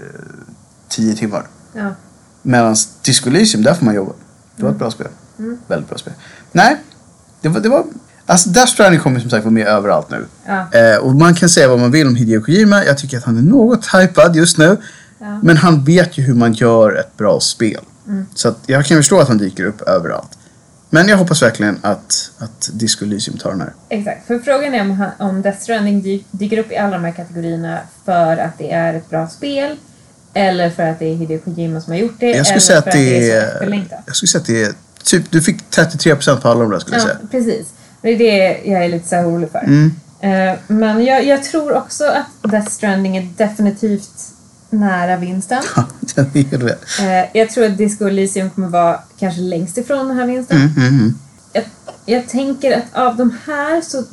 10 timmar. Ja. Medan Disco Elysium, där får man jobba. Det var ett bra spel. Mm. Väldigt bra spel. Nej, det var... Det var alltså Death Stranding kommer som sagt vara med överallt nu. Ja. Eh, och man kan säga vad man vill om Hideo Kojima. Jag tycker att han är något hypad just nu. Ja. Men han vet ju hur man gör ett bra spel. Mm. Så att jag kan förstå att han dyker upp överallt. Men jag hoppas verkligen att, att Disco Elysium tar den här. Exakt, för frågan är om, han- om Death Stranding dy- dyker upp i alla de här kategorierna för att det är ett bra spel eller för att det är Hideo Kojima som har gjort det Jag skulle säga eller att för det det är så efterlängtat. är... Jag skulle säga att det är... Typ, du fick 33% på alla de där skulle jag Ja, säga. (laughs) precis. Det är det jag är lite så här orolig för. Mm. Eh, Men jag, jag tror också att Death Stranding är definitivt nära vinsten. Ja, det är helt rätt. Eh, Jag tror att Disco Elysium kommer vara kanske längst ifrån den här vinsten. Mm, mm, mm. Jag, jag tänker att av de här så,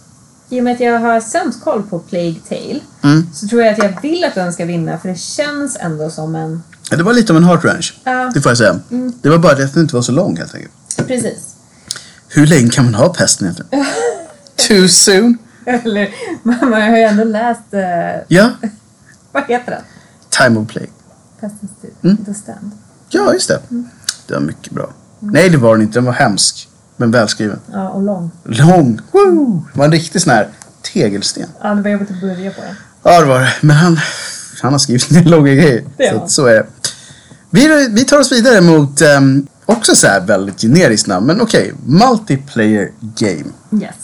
i och med att jag har sämst koll på Plague Tale, Mm. så tror jag att jag vill att den ska vinna för det känns ändå som en... Ja, Det var lite av en heart wrench. Ja, Det får jag säga. Mm. Det var bara det att den inte var så lång helt enkelt. precis. (laughs) Hur länge kan man ha pesten egentligen? Too soon? Eller, man man har ju ändå läst, eh, Ja, vad heter den? time of play. Pestens tid, Mm. The Stand. Ja, just det. Mm. Det var mycket bra. Nej, det var den inte. Den var hemsk. Men välskriven. Ja, och lång. Lång. Woo! Det var en riktig sån här tegelsten. Ja, det var jobbigt att börja på den. Ja, det var det. Men han, han har skrivit en långa grejer. Ja. Så, att så är det. Vi, vi tar oss vidare mot ehm, också så här väldigt generiskt namn. Men okej, multiplayer game. Yes.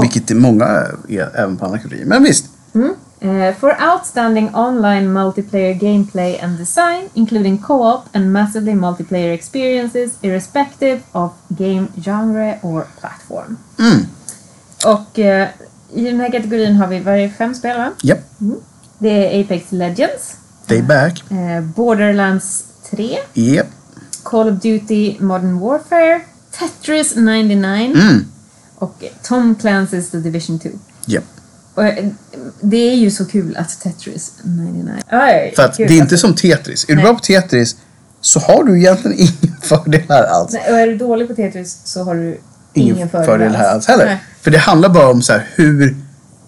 Vilket det många är även på andra kategorier. Men visst. Mm. Eh, for outstanding online multiplayer gameplay and design, including co-op and massively multiplayer experiences, irrespective of game genre or platform. Mm. Och eh, i den här kategorin har vi varje fem spel, va? Japp, Det är Apex Legends, they back. eh, Borderlands 3, Japp. Call of Duty Modern Warfare, Tetris 99 Mm. och Tom Clancy's The Division 2. Japp. Och, eh, det är ju så kul att Tetris 99... Aj, För att gud, det är alltså. inte som Tetris. Är du Nej. bra på Tetris så har du egentligen inga fördelar alls. Nej, och är du dålig på Tetris så har du ingen, ingen fördel, fördel här alls heller. Nej. För det handlar bara om så här hur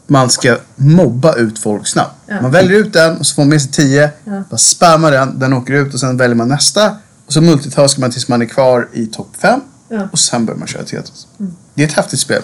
man ska mobba ut folk snabbt. Ja. Man väljer ut den och så får man med sig tio. Ja. Bara spammar den, den åker ut och sen väljer man nästa. Och så multitaskar man tills man är kvar i topp fem. Ja. Mm. Och sen börjar man köra Tetris. Det är ett häftigt spel.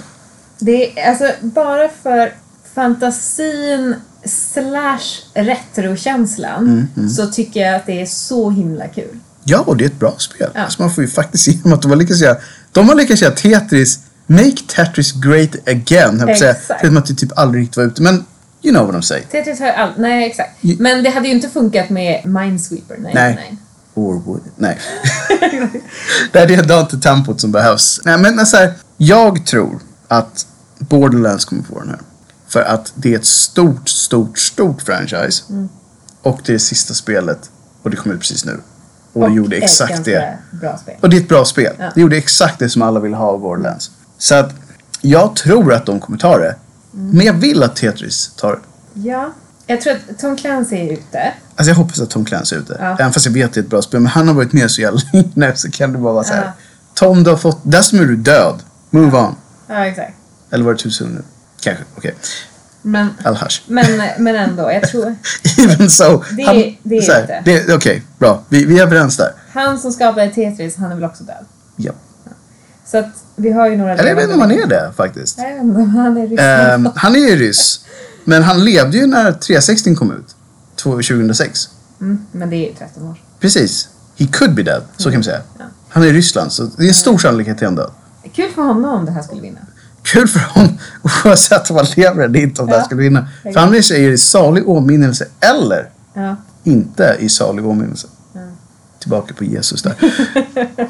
Det är alltså bara för fantasin slash retrokänslan Mm, så tycker jag att det är så himla kul. Ja, och det är ett bra spel. Ja. Så man får ju faktiskt ge dem att de har lyckats göra... De har lyckats göra Tetris... Make Tetris great again, höll jag på att säga. Exakt. Förutom att det typ aldrig riktigt var ute. Men you know what I'm saying. Tetris har ju all... Nej, exakt. Ja. Men det hade ju inte funkat med Minesweeper. Nej, Nej. nej. Or would it? Nej. (laughs) Nej, det är inte tempot som behövs. Nej, men men så här, jag tror att Borderlands kommer få den här. För att det är ett stort, stort, stort franchise. Och det är sista spelet. Och det kom ut precis nu. Och, det gjorde ett exakt ganska det. bra spel. Och det är ett bra spel. Ja. Det gjorde exakt det som alla ville ha av Borderlands. Så att jag tror att de kommer ta det. Men jag vill att Tetris tar det. Ja. Jag tror att Tom Clancy är ute. Alltså jag hoppas att Tom Clancy är ute. Ja. Även fast jag vet att det är ett bra spel. Men han har varit med så jävla (laughs) länge så kan det bara vara så här. Ja. Tom, du har fått... Dessutom är du död. Move on. Ja, exakt. Eller var det tusen nu? Kanske. Okej. Men, All hash. men, men ändå, jag tror... (laughs) Even so. Det- han- det är så här, inte. det- Okej, bra. Vi, vi är överens där. Han som skapade Tetris, han är väl också död? Ja. Så att vi har ju några... Eller jag vet inte om han är det faktiskt. Nej, men han är ryss. Ehm, han är ju ryss. Men han levde ju när 360 kom ut. Två- 2006. Mm, men det är ju 13 år. Precis. He could be dead. Så kan man säga. Ja. Han är i Ryssland. Så det är stor sannolikhet till han död. Kul för honom om det här skulle vinna. Kul för honom oavsett om han lever eller inte om det här Ja. skulle vinna. För annars är det i salig åminnelse eller Ja. (laughs) inte i salig åminnelse. Tillbaka på Jesus där. (laughs)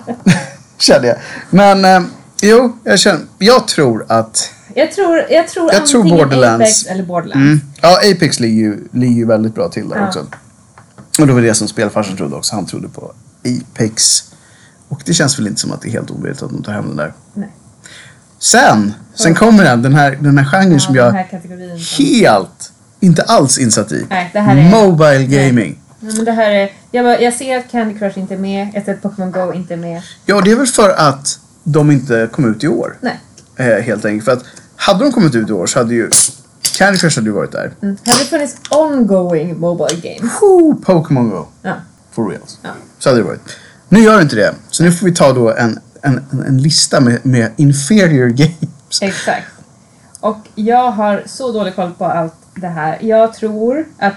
känner jag. Men eh, jo, jag känner. Jag tror att... Jag tror, jag tror Jag tror antingen Borderlands. Apex eller Borderlands. Mm, ja, Apex ligger ju, ligger ju väldigt bra till där Ja. också. Och det var det som spelfarsan trodde också. Han trodde på Apex. Och det känns väl inte som att det är helt omöjligt att de tar hem den där. Nej. Sen, sen kommer den, den här, den här genren som Ja, jag... den här kategorin. Som, helt, inte alls insatt i. Nej, det här är- Mobile gaming. Ja, men det här är, jag, bara, jag ser att Candy Crush inte är med, jag ser att Pokémon Go inte är med. Ja, det är väl för att de inte kom ut i år. Nej. Eh, helt enkelt. För att hade de kommit ut i år så hade ju Candy Crush hade ju varit där. Mm. Hade det funnits ongoing mobile games? Woo, Pokémon Go. Ja. For reals. Ja. Så hade det varit. Nu gör det inte det. Så nu får vi ta då en, en, en- en lista med, med inferior (laughs) games. Exakt. Och jag har så dålig koll på allt det här. Jag tror att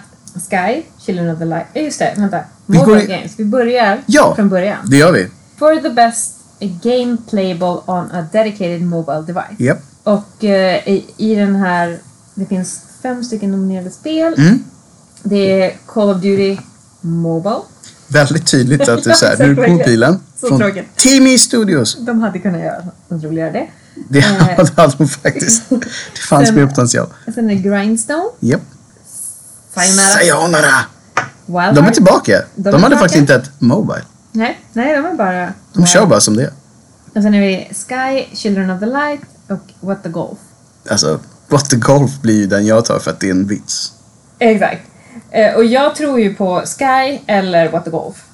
Sky, Children of the Light... Eh, Just det, vänta. Vi går Mobile i- Games. Vi börjar Ja. från början. Det gör vi. For the best game playable on a dedicated mobile device. Japp. Och eh, i, i den här... Det finns fem stycken nominerade spel. Mm. Det är Call of Duty Mobile. Väldigt tydligt att det är (laughs) så här. Ja, Nu exakt, kommer verkligen. bilen. Så tråkigt. Timmy Studios. De hade kunnat göra något roligare det. Det Eh. (laughs) hade de faktiskt. (laughs) Det fanns Sen- mer potential. Sen är det Grindstone. Japp. Sayonara. Sayonara. Wild De är Hearts. tillbaka. De, De är hade tillbaka. faktiskt inte ett Mobile. Nej, nej, de är bara... De kör bara som det är. Och sen är vi Sky, Children of the Light och What the Golf. Alltså, What the Golf blir ju den jag tar för att det är en vits. Exakt. Eh, Och jag tror ju på Sky eller What the Golf.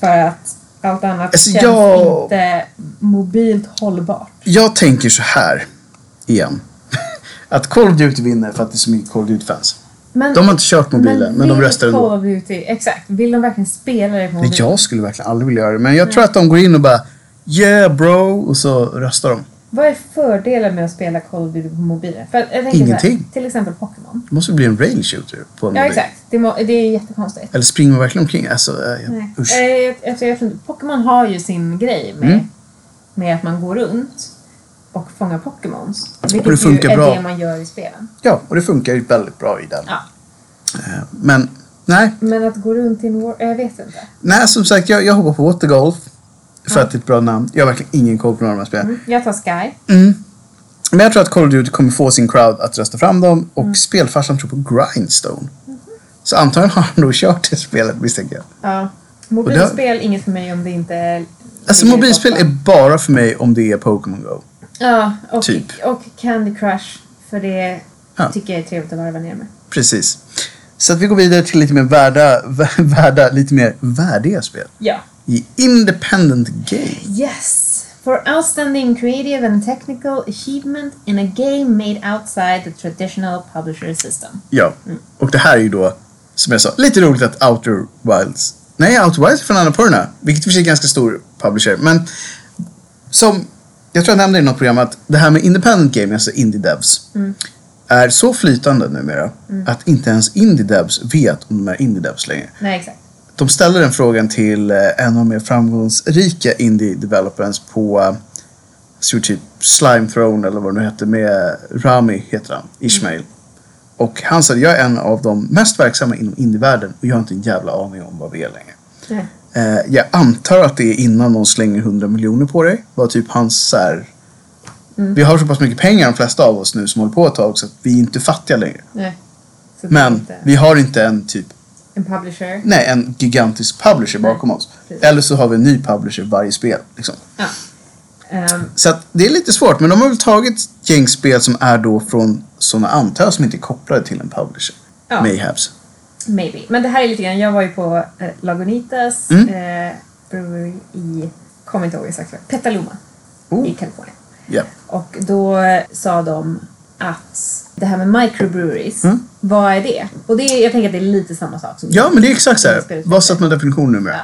För att allt annat Mm. Alltså, känns jag- inte mobilt hållbart. Jag tänker så här, igen. (laughs) att Call of Duty vinner för att det är så mycket Call of Duty-fans. Men, De har inte kört mobilen, men, de vill röstar Call ändå. of Duty, exakt. Vill de verkligen spela det på Nej, mobilen? Jag skulle verkligen aldrig vilja göra det, men jag tror att de går in och bara Yeah bro! Och så röstar de. Vad är fördelen med att spela Call of Duty på mobilen? För jag tänker Så Ingenting. här, till exempel Pokémon. Det måste bli en rail shooter på en Ja, mobil. exakt. Det, må, det är jättekonstigt. Eller springer man verkligen omkring? Alltså, eh, ja. Nej. usch. Mm. Eh, Jag, jag, jag, tror- Pokémon har ju sin grej med, med att man går runt och fångar Pokémons. det Vilket funkar ju är bra. det man gör i spelen. Ja, och det funkar ju väldigt bra i den. Ja. Eh, Men, nej. Men att gå runt i en war... Jag vet inte. Nej, som sagt, jag, jag hoppar på Watergolf. För att det är ett bra namn. Jag har verkligen ingen koll på några av de här spelen. Mm. Jag tar Sky. Men jag tror att Call of Duty kommer få sin crowd att rösta fram dem och spelfarsan tror på Grindstone. Så antagligen har han nog kört det spelet misstänker jag. Ja. Mobilspel, inget för mig om det inte är... Alltså ligger i mobilspel är toppen. bara för mig om det är Pokémon Go. Ja, och, typ. och Candy Crush. För det Ja. tycker jag är trevligt att varva ner med. Precis. Så att vi går vidare till lite mer värda, (laughs) värda, lite mer värdiga spel. Ja. I Independent Game. Yes! For outstanding creative and technical achievement in a game made outside the traditional publisher system. Ja, och det här är ju då, som jag sa, lite roligt att Outer Wilds... Nej, Outer Wilds är från Annapurna, vilket i och för sig är en ganska stor publisher. Men som, jag tror jag nämnde i något program att det här med independent gaming, alltså indie devs, är så flytande numera att inte ens indie devs vet om de är indie devs längre. Nej, exakt. De ställer den frågan till eh, en av de mer framgångsrika indie developers på eh, så typ Slime Throne eller vad det nu hette med Rami heter han, Ishmael. Mm. Och han sa jag är en av de mest verksamma inom indievärlden och jag har inte en jävla aning om vad vi är längre. Nej. Eh, jag antar att det är innan någon slänger 100 miljoner på dig. Var typ hans så här, Mm. Vi har så pass mycket pengar de flesta av oss nu som håller på ett tag så att vi är inte fattiga längre. Nej. Så det är Men inte vi har inte en typ En publisher. Nej, en gigantisk publisher bakom oss. precis. Eller så har vi en ny publisher varje spel. Liksom. Ja. Ehm, Så att det är lite svårt, men de har väl tagit ett gäng spel som är då från sådana antal som inte är kopplade till en publisher. Ja. Mayhaps. maybe. Men det här är lite grann, jag var ju på eh, Lagunitas Mm. eh, brewery i, kommer inte ihåg exakt vad, Petaluma Oh. i Kalifornien. Ja. Och då eh, sa de att det här med microbreweries, Mm. vad är det? Och det, är- jag tänker att det är lite samma sak som ja, men det är exakt så Det är här. spelet. Vad satt man definition numera? Ja.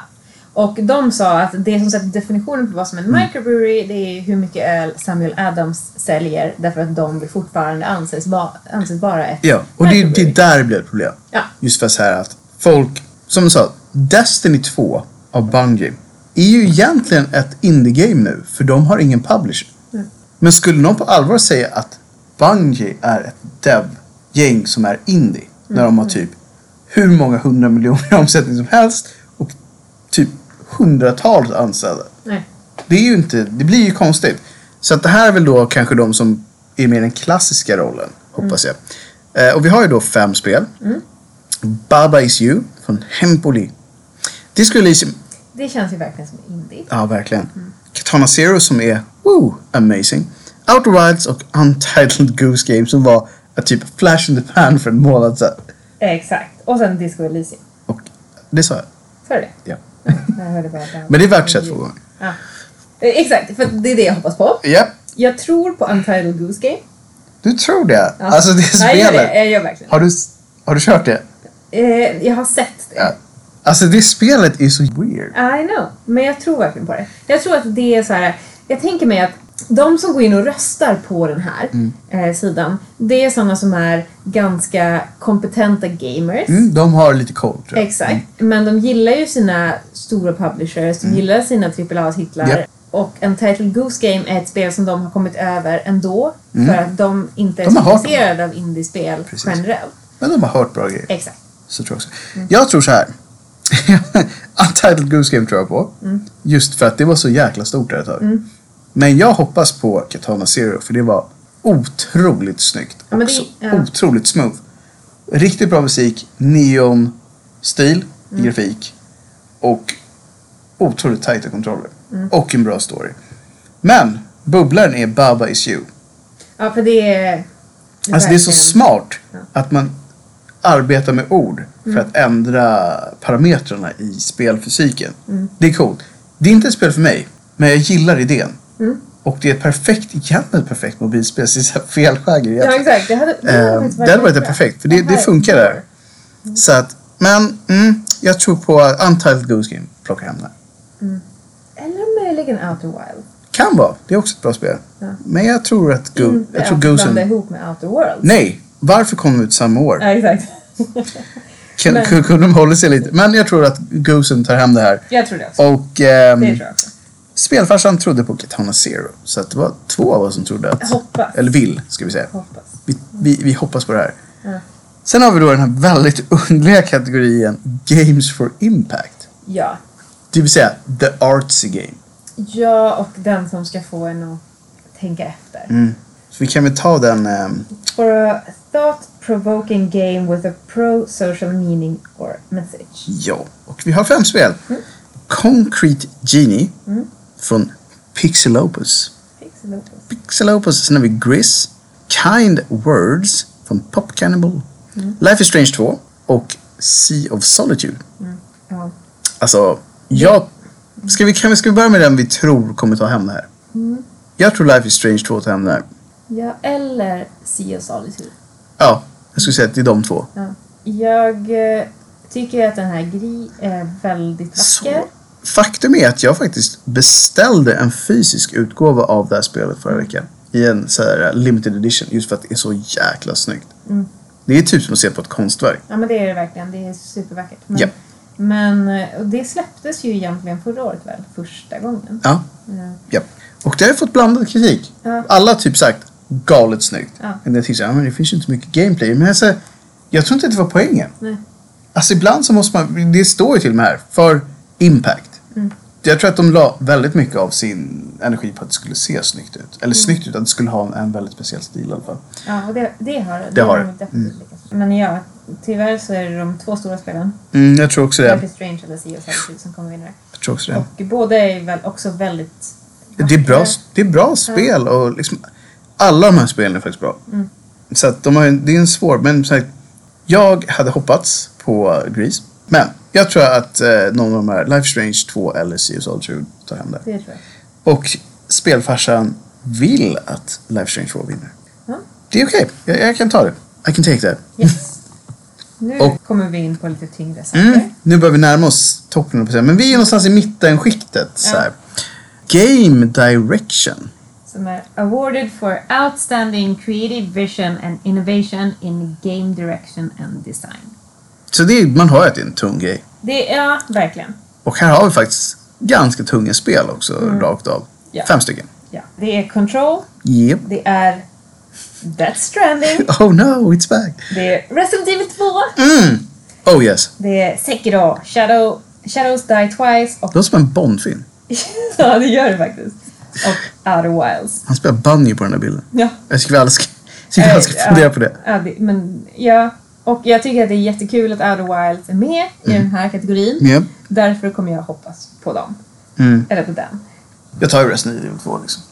Och de sa att det som sätter definitionen på vad som är en Mm. microbrewery det är hur mycket öl Samuel Adams säljer därför att de vill fortfarande anses, ba, anses bara ett Ja, och det, det microbrewery. är där det blir ett problem. Ja. Just för så här att folk, som du sa, Destiny 2 av Bungie är ju egentligen ett indie-game nu, för de har ingen publisher. Men skulle någon på allvar säga att Bungie är ett dev-gäng som är indie, när de har typ hur många hundra miljoner i omsättning som helst och typ hundratals anställda. Nej. Det, är ju inte, det blir ju konstigt. Så att det här är väl då kanske de som är med i den klassiska rollen, hoppas Mm. jag. Eh, och vi har ju då fem spel. Baba is you från Hempoli. Disco Elysium, Det känns ju verkligen som indie. ja verkligen. Mm. Katana Zero som är woo, amazing. Outer Wilds och Untitled Goose Game som var ett typ flash in the pan för en månad sedan. Exakt. Och sen Disco Elysium. Och det sa jag. Sa du det? Ja. (laughs) Jag hörde bara att Men det är värt sett två gånger. Ja. Eh, Exakt, för det är det jag hoppas på. Japp, Jag tror på Untitled Goose Game. Du tror det? Ja. Alltså det Ja, Jag spelet. gör det, jag gör verkligen Har, du, har du kört det? det. Eh, jag har sett det. Ja. Alltså det spelet är så weird. I know, men jag tror verkligen på det. Jag tror att det är så här. Jag tänker mig att de som går in och röstar på den här Mm. eh, sidan, det är sådana som är ganska kompetenta gamers. Mm, de har lite koll tror jag. Exakt. Men de gillar ju sina stora publishers, de gillar sina AAA-titlar. Mm. Japp. Och Untitled Goose Game är ett spel som de har kommit över ändå. För att de inte är Mm. De har så hört om intresserade av indiespel Precis. generellt. Men de har hört bra grejer. Exakt. Så tror jag också. Mm. Jag tror så här. (laughs) Untitled Goose Game tror jag på. Mm. Just för att det var så jäkla stort där ett tag. Men jag hoppas på Katana Zero för det var otroligt snyggt. Ja, men det- också. ja. Otroligt smooth. Riktigt bra musik, neon-stil i Mm. grafik och otroligt tajta kontroller. Mm. Och en bra story. Men bubblaren är Baba Is You. Ja, för det är... Alltså det är så verkligen- smart Ja. Mm. att man arbetar med ord för att ändra parametrarna i spelfysiken. Mm. Det är coolt. Det är inte ett spel för mig, men jag gillar idén. Mm. Och det är ett perfekt, egentligen ett perfekt mobilspel. (laughs) Så det är så här felskär Ja, egentligen. exakt. Det hade, det hade, Eh, faktiskt det hade varit bra. Mm. perfekt, för det- det funkar där. Så att, men mm, jag tror på Untitled Goose Game. Plocka hem det. Eller möjligen Outer Wild. Kan vara. Det är också ett bra spel. Ja. Mm, Men jag tror att Go- Inte jag tror att blanda Goosen... ihop med Outer Worlds. Nej! Varför kom de ut samma år? Ja, exakt. (laughs) Kan, Men- kunde de hålla sig lite. Men jag tror att Goosen tar hem det här. Jag tror det också. Och ehm, Det tror jag också. spelfarsan trodde på Katana Zero. Så att det var två av oss som trodde att... Jag hoppas. Eller vill, ska vi säga. Hoppas. Vi, vi, vi hoppas på det här. Ja. Sen har vi då den här väldigt (laughs) underliga kategorien Games for Impact. Ja. Det vill säga The Artsy Game. Ja, och den som ska få en att tänka efter. Så vi kan väl ta den... ehm, For a thought-provoking game with a pro-social meaning or message. ja. Och vi har fem spel. Mm. Concrete Genie från Pixelopus. Pixelopus. Pixelopus, sen har vi Gris, Kind Words från Pop Cannibal, Life is Strange 2 och Sea of Solitude. Ja. Alltså, jag... Ska vi, kan vi, ska vi börja med den vi tror kommer ta hem det här? Jag tror Life is Strange 2 tar hem det här. Mm. ja, eller Sea of Solitude. Ja, jag skulle säga att det är de två. Ja. Jag eh, tycker att den här Gri är väldigt vacker. Så, faktum är att jag faktiskt beställde en fysisk utgåva av det här spelet förra veckan. I en så här limited edition, just för att det är så jäkla snyggt. Mm. Det är typ som att se på ett konstverk. Ja, men det är det verkligen. Det är supervackert. Men, Ja. men eh, och det släpptes ju egentligen förra året väl? Första gången. Ja, Ja. Ja. Och det har ju fått blandad kritik. Ja. Alla har typ sagt galet snyggt. Ja. Men jag tänkte så här, men det finns ju inte så mycket gameplay. Men alltså, jag tror inte att det var poängen. Nej. Alltså ibland så måste man, det står ju till och med här, för impact. Mm. Jag tror att de la väldigt mycket av sin energi på att det skulle se snyggt ut. Mm. Eller snyggt ut, att det skulle ha en, en väldigt speciell stil i alla fall. Ja, och det, det har det. har de det. definitivt lyckats med. Men ja, tyvärr så är det de två stora spelen. Mm, jag tror också det. Life is Strange eller Sea of Solitude som kommer vinna det. Jag tror också det. Och båda är väl också väldigt Det är bra, vackra. det är bra spel och liksom, alla de här spelen är faktiskt bra. Så att de har, en- det är en svår, men så här, jag hade hoppats på Grease. Men jag tror att eh, någon av de här, Life is Strange 2 eller Sea of Solitude tar hem det. Det tror jag. Och spelfarsan vill att Life is Strange 2 vinner. Ja. Det är okej, jag, jag kan ta det. I can take that. Yes. Nu Och- kommer vi in på lite tyngre saker. Mm. Nu börjar vi närma oss toppen, höll jag på att säga. men vi är någonstans i mittenskiktet. Så här. Game Direction. Som är awarded for outstanding creative vision and innovation in game direction and design. Så det är, man hör att det är en tung grej. Det är, ja, verkligen. Och här har vi faktiskt ganska tunga spel också, rakt av. Mm. Ja. Fem stycken. Ja. Det är Control, Yep. det är Death Stranding, Oh no, it's back! det är Resident Evil 2, Mm. Oh yes. det är Sekiro, Shadow, Shadows Die Twice och... (laughs) Det låter som en Bond-film. ja, det gör det faktiskt. Och Outer Wilds. Han spelar banjo på den där bilden. Ja. Jag tycker vi alla ska, jag tycker vi alla ska Eh, fundera ja. på det. Ja, det, men, ja. Och jag tycker att det är jättekul att Outer Wilds är med i Mm. den här kategorin. Yep. Därför kommer jag hoppas på dem. Mm. Eller på den. Jag tar ju Resident Evil 2 liksom.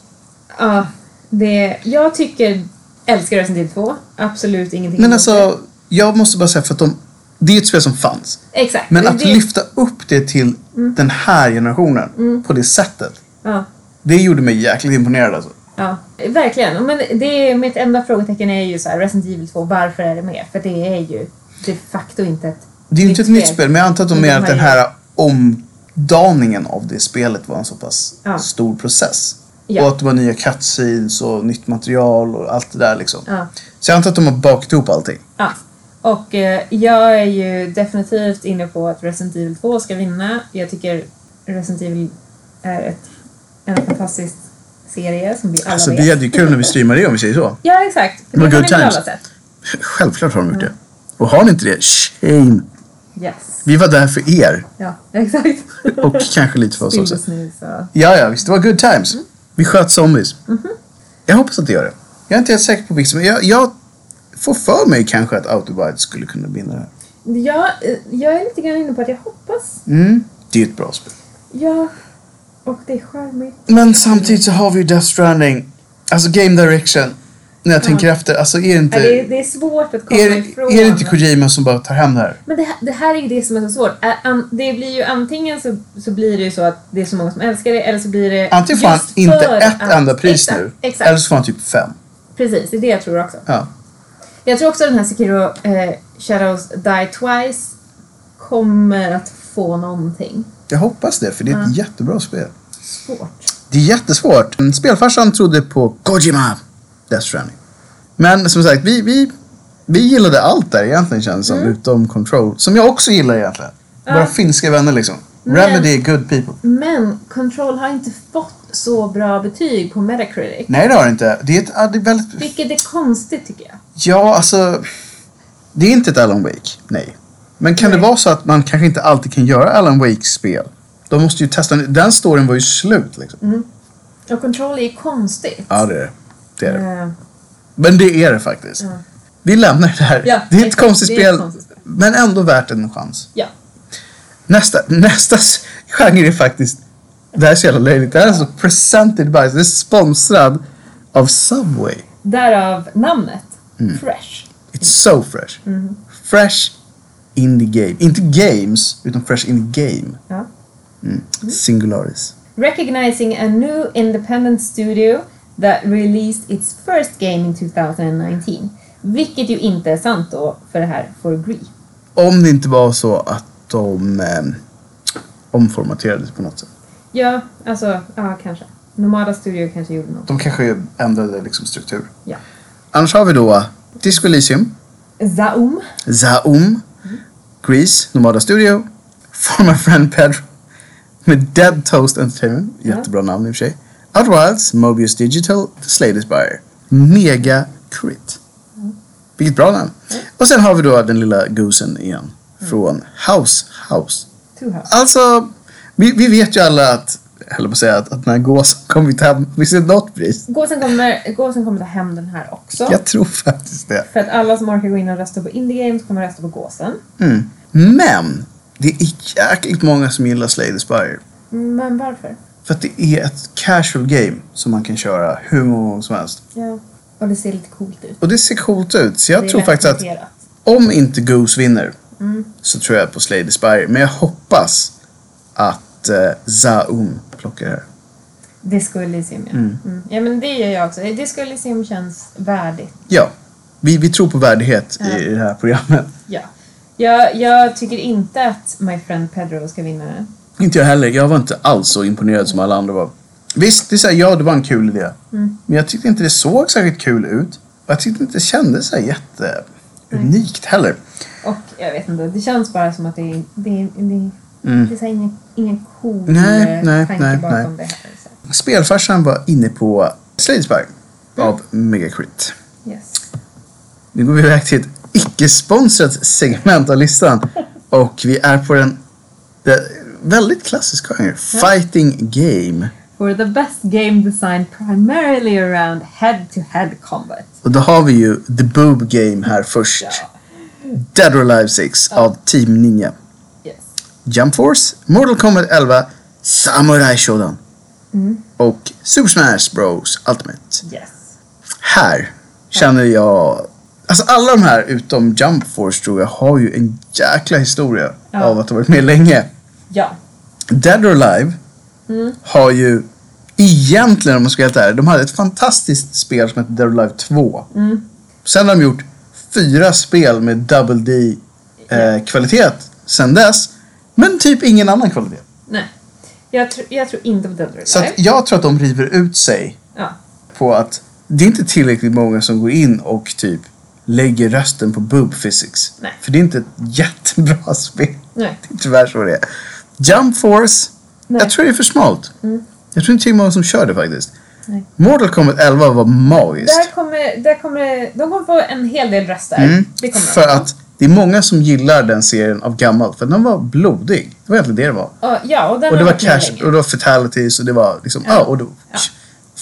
Ja, det, jag tycker, älskar Resident Evil 2. Absolut ingenting Men emot det. alltså, jag måste bara säga för att de... Det är ett spel som fanns. Exakt. Men det- Mm. att lyfta upp det till den här generationen på det sättet. Ja, Det gjorde mig jäkligt imponerad alltså. Ja, verkligen. Men det är, mitt enda frågetecken är ju så här, Resident Evil 2, varför är det med? För det är ju de facto inte ett Det är ju inte ett Nytt nytt spel. spel, men jag antar att de Men de menar att har den här omdaningen av det spelet var en så pass Ja. stor process. Ja. Och att det var nya cutscenes och nytt material och allt det där liksom. Ja. Så jag antar att de har bakat ihop allting. ja. Och eh, jag är ju definitivt inne på att Resident Evil 2 ska vinna. Jag tycker Resident Evil är ett, en fantastisk serie som vi alla Alltså vet. vi hade ju kul när vi streamade det om vi säger så. Ja, exakt. Det var Det good har ni på times. alla sätt. Självklart har de gjort det. Och har ni inte det, shame! Yes. Vi var där för er. Ja, (laughs) exakt. Och kanske lite för oss också. Bildesnus och... Ja, ja, visst. Det var good times. Mm. Vi sköt zombies. Mm-hmm. Jag hoppas att det gör det. Jag är inte helt säker på vilket som... Jag, jag får för mig kanske att Autobite skulle kunna vinna det här. Ja, eh, jag är lite grann inne på att jag hoppas. Mm. Det är ett bra spel. Ja, och det är charmigt. Men samtidigt så har vi ju Death Stranding. Alltså Game Direction. När jag tänker efter. Alltså är det inte... Nej, Det, är- det är svårt att komma är, ifrån. är det inte Kojima som bara tar hem det här? Men det här, det här är ju det som är så svårt. Ä- an- Det blir ju antingen så, så blir det ju så att det är så många som älskar det eller så blir det Antingen får han just inte för ett att- enda pris exakt, nu. Exakt, Eller så får han typ fem. precis. Det är det jag tror också. Ja. Jag tror också den här Sekiro eh, Shadows Die Twice kommer att få någonting Jag hoppas det, för det är ett jättebra spel. svårt. Det är jättesvårt. Mm, Spelfarsan trodde på Kojima. Death Stranding. Men som sagt, vi, vi, vi gillade allt där egentligen känns det Mm. som. Utom Control. Som jag också gillar egentligen. Våra finska vänner liksom. Men- Remedy är good people. Men Control har inte fått så bra betyg på Metacritic. Nej det har det inte. Det är ett ja, det är väldigt... Vilket är konstigt tycker jag. Ja, alltså. Det är inte ett Alan Wake. Nej. Men kan det Nej. vara så att man kanske inte alltid kan göra Alan Wake-spel? De måste ju testa. Den storyn var ju slut liksom. Och Control är ju konstigt. Ja, det är det. det. Är det. Eh, Men det är det faktiskt. Vi lämnar det här. Ja, det är ett exakt. konstigt Det är ett spel. konstigt spel. Men ändå värt en chans. ja. Nästa, nästa s- genre är faktiskt... Det här är så jävla löjligt. Det här är alltså presented by, det är sponsrad av Subway. Därav namnet. Mm. Fresh. It's so fresh. Fresh indie game. Inte games, utan fresh indie game. Mm. Ja. Mm. Singularis. Recognizing a new independent studio that released its first game in 2019. Vilket ju inte är sant då för det här For Agree. Om det inte var så att de ehm, omformaterades på något sätt. Ja, alltså, ja kanske. Nomada Studio kanske gjorde något. De kanske ändrade liksom struktur. Ja. Annars har vi då Disco Elysium. Zaum. Zaum, Grease, Nomada Studio, Former Friend Pedro med Dead Toast Entertainment, jättebra namn i och för sig. Outwilds, Mobius Digital, The Slade Aspire, Mega Crit. Vilket bra namn. Och sen har vi då den lilla gosen igen från House House. Two House. Alltså, vi, vi vet ju alla att, jag höll på att säga att, att den här gåsen kommit hem, visst är det något pris? Gåsen kommer, gåsen kommer ta hem den här också. Jag tror faktiskt det. För att alla som orkar gå in och rösta på Indie Games kommer rösta på Gåsen. Mm. Men, det är jäkligt många som gillar Slade Aspire. Men varför? För att det är ett casual game som man kan köra hur många gånger som helst. Ja. Och det ser lite coolt ut. Och det ser coolt ut. Så jag det är Mm. tror lätt faktiskt att hanterat. om inte Goose vinner så tror jag på Slade Spire. Men jag hoppas att eh, Zaum plockar det här. Disco Elysium, ja. Mm. Ja, men det gör jag också. Disco Elysium känns värdigt. Ja, vi, vi tror på värdighet Ja. i det här programmet. (laughs) Ja. Jag, jag tycker inte att My Friend Pedro ska vinna den. Inte jag heller. Jag var inte alls så imponerad som alla andra var. Visst, det är så här, ja det var en kul idé. Mm. Men jag tyckte inte det såg särskilt kul ut. Och jag tyckte inte det kändes så här jätteunikt heller. Och jag vet inte, det känns bara som att det är... Det, är- det, är- Mm. det är så här ingen, ingen cool Nej, eh, nej, tanke nej, bakom det här. liksom. Så. Spelfarsan var inne på Slidesberg av Megacrit. Yes. Nu går vi iväg till ett icke-sponsrat segment av listan. Och vi är på den, den väldigt klassiska genren, Fighting Game. For the best game designed primarily around head-to-head combat. Och då har vi ju The Boob Game här först. Ja. Dead or Alive 6 av Team Ninja. Yes. Jump Force, Mortal Kombat 11, Samurai Shodown. Och Super Smash Bros Ultimate. Yes. Här känner jag... Alltså alla de här utom Jump Force tror jag har ju en jäkla historia Ja. av att ha varit med länge. Ja. Mm. Dead or Alive har ju Egentligen om man ska vara helt ärlig, de hade ett fantastiskt spel som hette Dead or Alive 2. Sen har de gjort fyra spel med Double D-kvalitet sen dess. Men typ ingen annan kvalitet. Nej. Jag, tr- jag tror inte på Dead or Så att Alive. jag tror att de river ut sig Ja. på att det är inte tillräckligt många som går in och typ lägger rösten på Boob Physics. Nej. För det är inte ett jättebra (laughs) spel. Nej. Det är tyvärr så det är. Jump Force. Nej. Mm. Jag tror det är för smalt. Jag tror inte det är många som kör det faktiskt. Nej. Mortal Kombat 11 var magiskt. Där kommer, där kommer, de kommer få en hel del röster. Mm. Det kommer de För få. att det är många som gillar den serien av gammalt. För den var blodig. Det var egentligen det det var. Och, ja, och, den Och det har var varit med cash länge. och det var fatalities och det var liksom, ja, och då, Ja.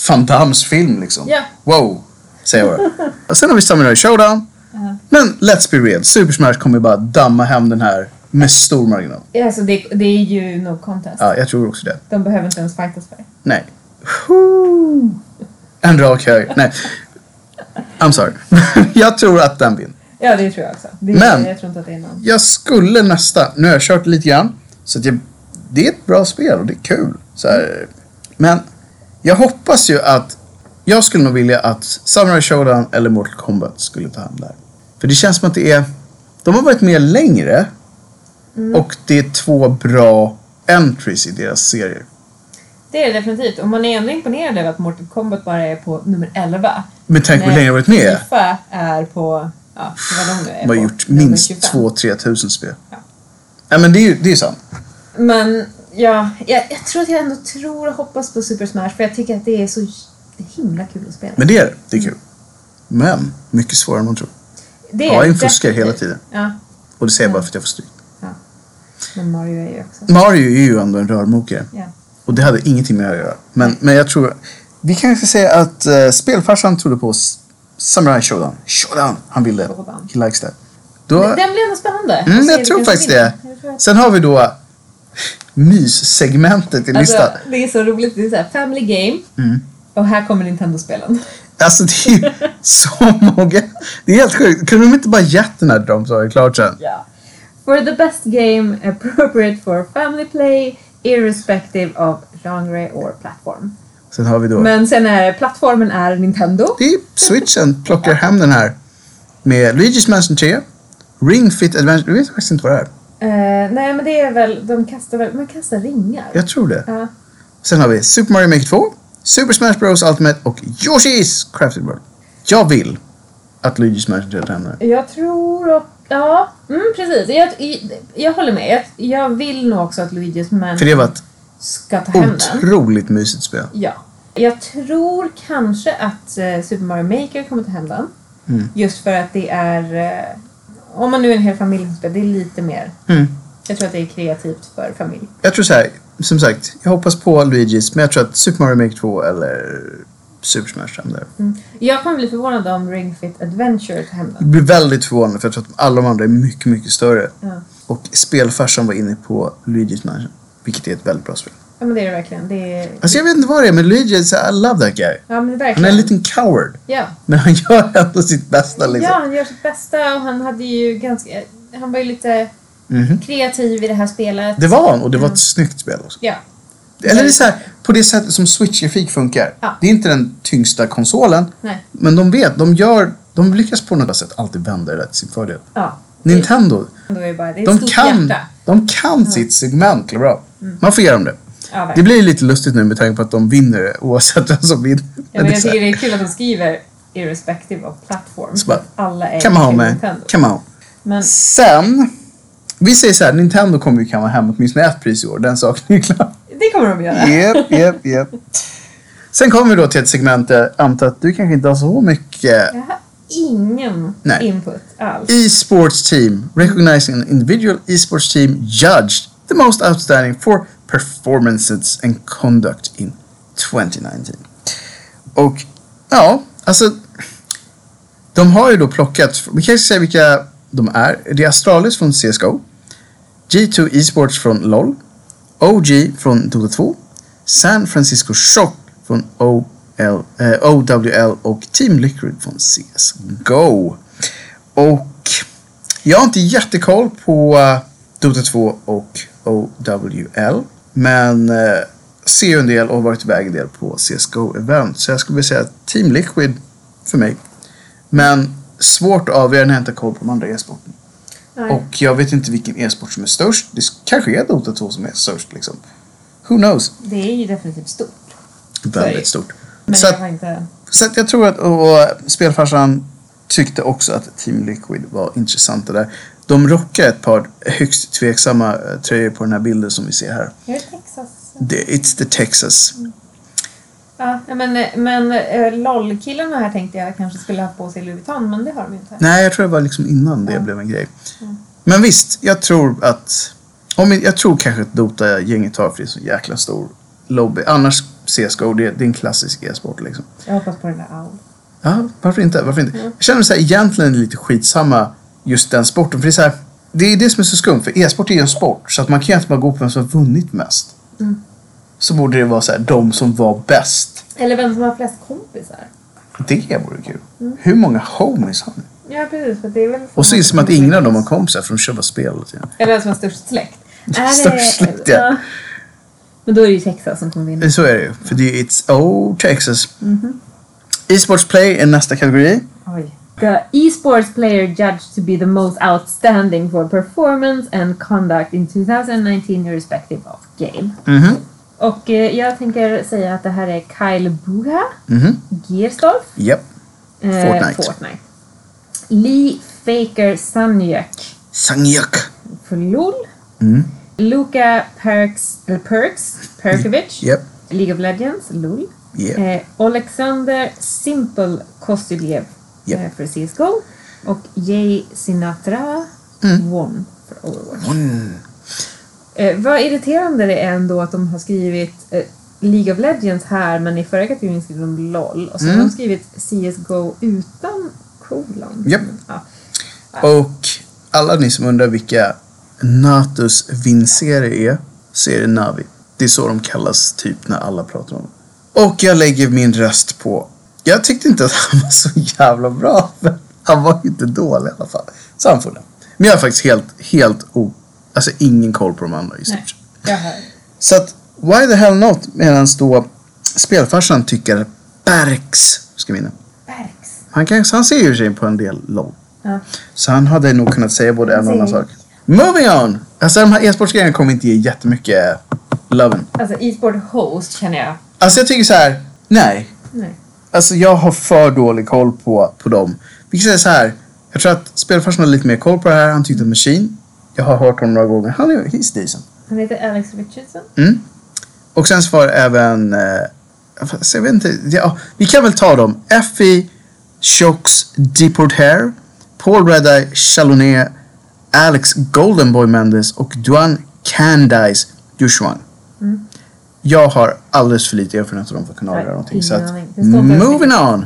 Van Dams film liksom. Ja. Wow, säger jag bara. Och Sen har vi Samurai Showdown. Ja. Men let's be real, Super Smash kommer ju bara damma hem den här med stor marginal. Alltså, det, det är ju no contest. Ja, jag tror också det. De behöver inte ens fightas för det. Nej. Whoo! En rak hög. Nej. I'm sorry. (laughs) jag tror att den vinner. Ja, det tror jag också. Det, Men- Jag tror inte att det är någon. Jag skulle nästa. Nu har jag kört lite grann. Så att jag, det är ett bra spel och det är kul. Så här. Men jag hoppas ju att... Jag skulle nog vilja att Samurai Showdown eller Mortal Kombat skulle ta hand där. För det känns som att det är... De har varit med längre. Mm. Och det är två bra entries i deras serier. Det är det definitivt. Och man är ändå imponerad över att Mortal Kombat bara är på nummer 11. Med tanke på hur Nej, länge de har varit med. Fifa är på, ja, vad de nu är De har på, gjort nummer minst 25. 2-3 tusen spel. Ja. Nej men det är ju det är ju sant. Men ja, jag, jag tror att jag ändå tror och hoppas på Super Smash för jag tycker att det är så himla kul att spela. Men det är det. Det är kul. Men mycket svårare än man tror. Det Ja, det en fuskar definitivt. hela tiden. Ja, Och det säger jag bara för att jag får stryk. ja. Men Mario är ju också... Mario är ju ändå en rörmokare. Ja. Och det hade ingenting med det att göra. Men, men jag tror... Vi kan kanske säga att uh, spelfarsan trodde på S- Samurai Showdown. Showdown! Han ville. Showdown. He likes that. Då, Den blir ändå spännande. mm, Att se jag tror vilken som faktiskt vinner. det. Jag tror att- Sen har vi då myssegmentet i listan. Alltså, det är så roligt. Det är så här, family game. Mm. Och här kommer Nintendo-spelen. Alltså det är ju så många. Det är helt sjukt. Kunde de inte bara gett den här till dem så är det klart sen? Ja. For the best game appropriate for family play irrespective of genre or platform. Sen har vi då. Men sen är plattformen är Nintendo. Det är switchen plockar hem den här. Med Luigi's Mansion 3. Ring Fit Adventure. Du vet faktiskt inte vad det är. Eh, nej men det är väl, de kastar väl, man kastar ringar. Jag tror det. Ja. Sen har vi Super Mario Maker 2. Super Smash Bros Ultimate och Yoshi's Crafted World. Jag vill att Luigi's Mansion 3 lämnar. jag tror och, ja, mm, precis. Jag, jag, jag håller med. Jag, jag vill nog också att Luigi's För Mansion det var ett ska ta hem den. otroligt mysigt spel. Ja. Jag tror kanske att eh, Super Mario Maker kommer ta hem den. Mm. Just för att det är, eh, om man nu är en hel familj som spelar, det är lite mer. Mm. Jag tror att det är kreativt för familj. Jag tror så här, som sagt, jag hoppas på Luigi's, men jag tror att Super Mario Maker 2 eller Super Smash lämnar. Jag kommer bli förvånad om Ring Fit Adventure tar hem Jag den. blir väldigt förvånad för jag tror att alla de andra är mycket, mycket större. Ja. Och spelfarsan var inne på Luigi's Mansion, vilket är ett väldigt bra spel. ja, men det är det verkligen. Det är, Alltså jag vet inte vad det är, men Luigi, är så här, I love that guy. ja, men Han det är är verkligen. en liten coward, ja. men han (laughs) gör ändå sitt bästa liksom. ja, han gör sitt bästa och han hade ju ganska, han var ju lite Mhm. kreativ i det här spelet. Det var han och det Mm. var ett snyggt spel också. Ja. Eller det är så här, på det sättet som Switch-grafik funkar. Ja. Det är inte den tyngsta konsolen, Nej. men de vet, de gör, de lyckas på något sätt alltid vända det där till sin fördel. Ja. Nintendo, Då är det bara, det är ett de stort kan, hjärta. Mm. de kan sitt segment eller bra. Man får ge dem det. Ja, Det verkligen. blir lite lustigt nu med tanke på att de vinner det oavsett vem som vinner. Ja, men det är jag så här, tycker det är kul att de skriver irrespective of platform. Så bara, Alla är Come on till man, Nintendo. come on. Men Sen, vi säger så här, Nintendo kommer ju kamma hem åtminstone ett pris i år, den saken är klar. det kommer de göra. Jep, jep, jep. Sen kommer vi då till ett segment där jag antar att du kanske inte har så mycket Jag har ingen Nej. input alls. e-sports E team recognizing an individual e-sports team judged the most outstanding for performances and conduct in 2019. Och ja, alltså de har ju då plockat, vi kanske säger vilka de är. Det är Astralis från CSGO, G2 Esports från LOL, OG från Dota 2, San Francisco Shock från OL, eh, OWL och Team Liquid från CSGO. Och jag har inte jättekoll på eh, Dota 2 och OWL. Men eh, ser ju en del och har varit iväg en del på CSGO-event. Så jag skulle vilja säga Team Liquid för mig. Men svårt att avgöra när jag inte har koll på de andra e-sporten. Nej. Och jag vet inte vilken e-sport som är störst. Det kanske är Dota 2 som är störst liksom. Who knows? Det är ju definitivt stort. Väldigt stort. Men Så jag att, har inte... så att jag tror att och spelfarsan tyckte också att Team Liquid var intressanta där. De rockar ett par högst tveksamma eh, tröjor på den här bilden som vi ser här. Jag är i Texas. Det- It's the Texas. Ja, men, men eh, LOL-killarna här tänkte jag kanske skulle ha på sig Louis Vuitton, men det har de ju inte. Nej, jag tror det var liksom innan det Ja. blev en grej. Men visst, jag tror att... Om, jag tror kanske att Dota-gänget har för det är så jäkla stor lobby. Annars CSGO, det, det är en klassisk e-sport liksom. Jag hoppas på den där Owl. Ja, varför inte? Varför inte? Jag känner så här, egentligen är det lite skitsamma just den sporten. För det är så här, det är det som är så skumt. För e-sport är ju en sport. Så att man kan ju inte bara gå på vem som har vunnit mest. Mm. Så borde det vara så här, de som var bäst. Eller vem som har flest kompisar. Det vore kul. Hur många homies har ni? Ja, precis. För det är väl Och så är det som att Mm. ingen av dem har kompisar för de kör bara spel hela tiden. Eller vem som har störst släkt. Är det- (laughs) Störst släkt, ja. Men då är det ju Texas som kommer vinna. Så är det ju. För det är It's Oh Texas. E-sports play är nästa kategori. Oj. The esports player judged to be the most outstanding for performance and conduct in 2019 irrespective of game. Mhm. Och eh, jag tänker säga att det här är Kyle Buha, Mhm. Gerstorff, Japp. eh, Fortnite. Fortnite. Lee Faker Sanjak Sangyuk. för LOL. Mm. Luka Perks, eller Perks, Perkovic, Japp. League of Legends, LOL. Japp. Eh, Alexander Simple Kostyljev Japp. eh, för CSGO. Och Jay Sinatra Won för Overwatch. Mm. Eh, vad irriterande det är ändå att de har skrivit eh, League of Legends här men i förra kategorin skrev de LOL. Och så Mm. har de skrivit CSGO utan kolon. Japp. Ja. Och alla ni som undrar vilka Natus vinserie är, så är det Navi. Det är så de kallas typ när alla pratar om dem. Och jag lägger min röst på... Jag tyckte inte att han var så jävla bra, men han var ju inte dålig i alla fall. Så han får den. Men jag har faktiskt helt, helt o... Alltså ingen koll på de andra i Nej, stort sett. jag hör. Så att, why the hell not? Medan då spelfarsan tycker Berks ska vinna. Bergs. Han, kan, han ser ju sig på en del LOL. Ja. Så han hade nog kunnat säga både en och annan Säg. sak. Moving on! Alltså de här e-sportsgrejerna kommer inte ge jättemycket eh, loven. Alltså e-sport host känner jag. Alltså jag tycker så här, nej. Nej. Alltså jag har för dålig koll på, på dem. Vilket är så här, jag tror att spelfarsan har lite mer koll på det här. Han tyckte om Machine. Jag har hört honom några gånger. Han är, he's decent. Han heter Alex Richardson. Mm. Och sen så var det även, eh, fast jag vet inte, ja, vi kan väl ta dem. Effie, Shox, Deport Hair, Paul Redeye, Chalonnet, Alex Goldenboy Mendes och Duan Candice Dushuan. Mm. Jag har alldeles för lite erfarenhet av dem för att kunna Nej, avgöra någonting. Så ingen att, aning. Det står inte ens moving on!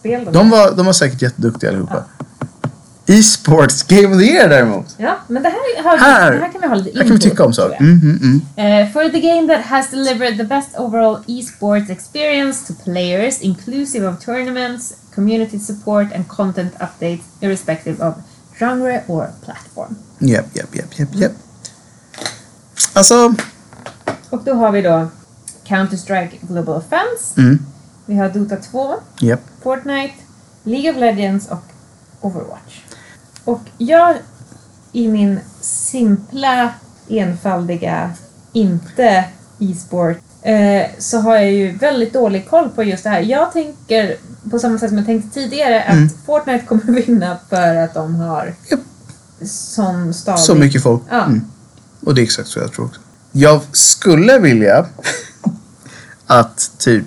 Spel då. De var, de var säkert jätteduktiga allihopa. E-sports Game of the Year däremot. Ja, men det här, har, Här- det här kan vi ha lite Här kan vi input, tycka om tror saker. jag. Mm, mm, mm. Eh, for the game that has delivered the best overall esports experience to players, inclusive of tournaments, community support and content updates, irrespective of genre or platform. Japp, japp, japp, japp, japp. Alltså, Och då har vi då Counter-Strike Global Offense, mm, vi har Dota 2, japp. Fortnite, League of Legends och Overwatch. Och jag i min simpla, enfaldiga, inte e-sport, eh, så har jag ju väldigt dålig koll på just det här. Jag tänker, på samma sätt som jag tänkte tidigare, att Mm. Fortnite kommer (laughs) vinna för att de har Japp. sån stadig... Så mycket folk. Ja. Mm. Och det är exakt så jag tror också. Jag skulle vilja (laughs) att typ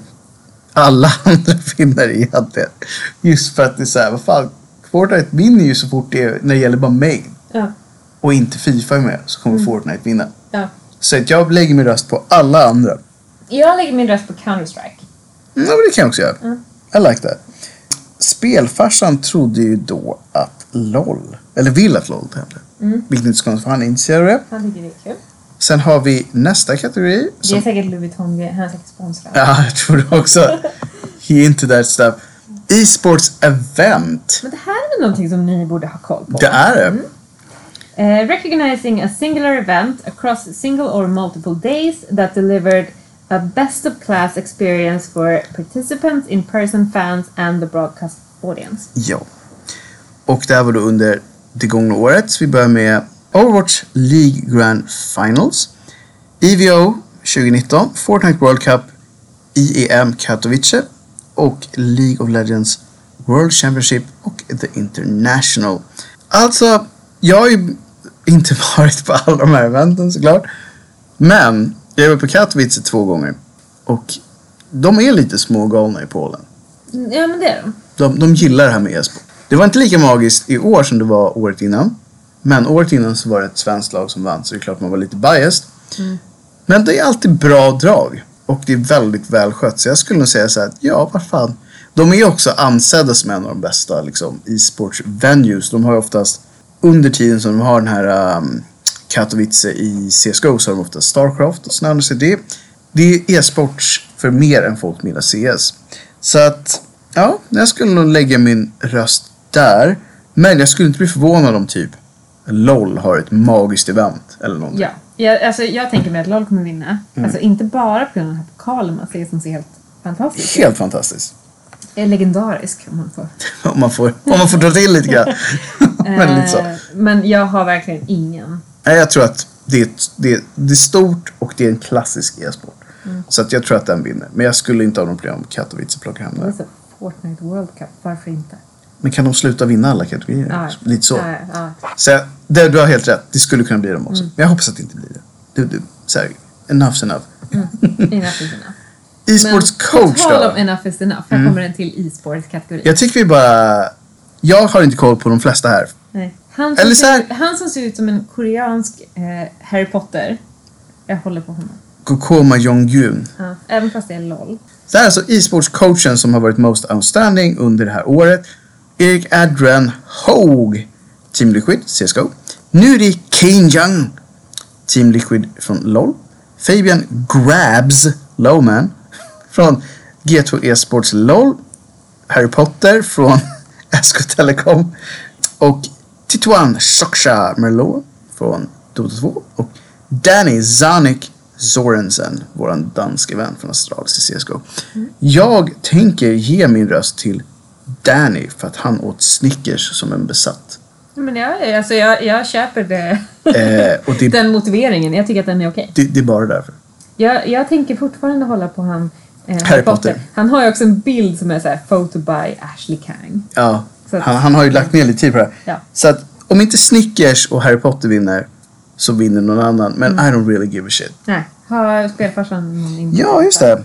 alla (laughs) andra finnar egentligen. Just för att det är så här, vad fan. Fortnite vinner ju så fort det är, när det gäller bara mig Ja, och inte Fifa är med så kommer Mm. Fortnite vinna. ja. Så att jag lägger min röst på alla andra. Mm, Jag lägger min röst på Counter-Strike. Ja, men det kan jag också göra. Mm. I like that. Spelfarsan trodde ju då att LOL, eller vill att LOL tävlar. Mm. Vilket inte är så konstigt för han initierade det. Han tycker det är kul. Sen har vi nästa kategori. Det Som, är säkert Louis Vuitton, han är säkert sponsrad. ja, jag tror det också. He into that stuff. E-sports event. Men det här är väl någonting som ni borde ha koll på? Mm. Eh, Det är det. Uh, recognizing a singular event across single or multiple days that delivered a best of class experience for participants, in person fans and the broadcast audience. Ja. Och det här var då under det gångna året. Vi börjar med Overwatch League Grand Finals. E EVO 2019, Fortnite World Cup, IEM Katowice och League of Legends World Championship och The International. Alltså, jag har ju inte (laughs) varit på alla de här eventen såklart. Men jag har varit på Katowice två gånger. Och de är lite smågalna i Polen. Mm, Ja, men det är de. De, de gillar det här med e-sport. Det var inte lika magiskt i år som det var året innan. Men året innan så var det ett svenskt lag som vann så det är klart man var lite biased. Mm. Men det är alltid bra drag. Och det är väldigt välskött. Så jag skulle nog säga så här att ja, vad fan. De är också ansedda som en av de bästa liksom, e-sports venues. De har ju oftast, under tiden som de har den här um, Katowice i CSGO så har de oftast Starcraft och sådana Så det, det är e-sports för mer än folk gillar CS. Så att, ja, jag skulle nog lägga min röst där. Men jag skulle inte bli förvånad om typ LOL har ett magiskt event eller någonting. Ja. Jag, alltså, jag tänker mig att LOL kommer vinna. Mm. Alltså inte bara på grund av den här pokalen man ser som ser helt fantastisk ut. Helt fantastiskt. Är legendarisk om man får. Om man får, om man får dra till lite (laughs) grann. (laughs) Men lite så. Eh, men jag har verkligen ingen. Nej, jag tror att det är, ett- det, är- det är stort och det är en klassisk e-sport. Mm. Så att jag tror att den vinner. Men jag skulle inte ha någon problem om Katowice plockar hem det. Alltså, Fortnite World Cup, varför inte? Men kan de sluta vinna alla kategorier? Ja. Lite så. Ja, ja. så jag- det, du har helt rätt. Det skulle kunna bli dem också. Mm. Men jag hoppas att det inte blir det. Du, du, så här, enough's enough. Enough is enough. E-sports coach på då? Mm. tal om enough is enough. Här kommer en till e-sports-kategori. Jag tycker vi bara... Jag har inte koll på de flesta här. Nej. Han, som Eller så här- ser, han som ser ut som en koreansk eh, Harry Potter. Jag håller på honom. Kokoma Jong-Gun. Ja. Även fast det är LOL. Det här är alltså e-sportscoachen som har varit most outstanding under det här året. Erik Adren Hoag, Team Liquid, CSGO. Nuri Kenjang, Team Liquid från LOL. Fabian Grabs, Lowman, (laughs) från G2 Esports LOL. Harry Potter från (laughs) SK Telecom. Och Tituan Soksha Merlot från Dota 2. Och Danny Zanik Sorensen, våran danske vän från Astralis i CSGO. Jag tänker ge min röst till Danny för att han åt Snickers som en besatt. Men jag, alltså jag, jag köper det. Eh, och det, det, (laughs) den motiveringen. Jag tycker att den är okej. det är bara därför. Jag, jag tänker fortfarande hålla på han eh, Harry, Potter. Han har ju också en bild som är så här photo by Ashley Kang. Ja, Så att- han, han har ju lagt ner lite tid på det här. Ja. Så att om inte Snickers och Harry Potter vinner så vinner någon annan. Men Mm. I don't really give a shit. Nej, har spelfarsan någon inblandad? Ja, just det.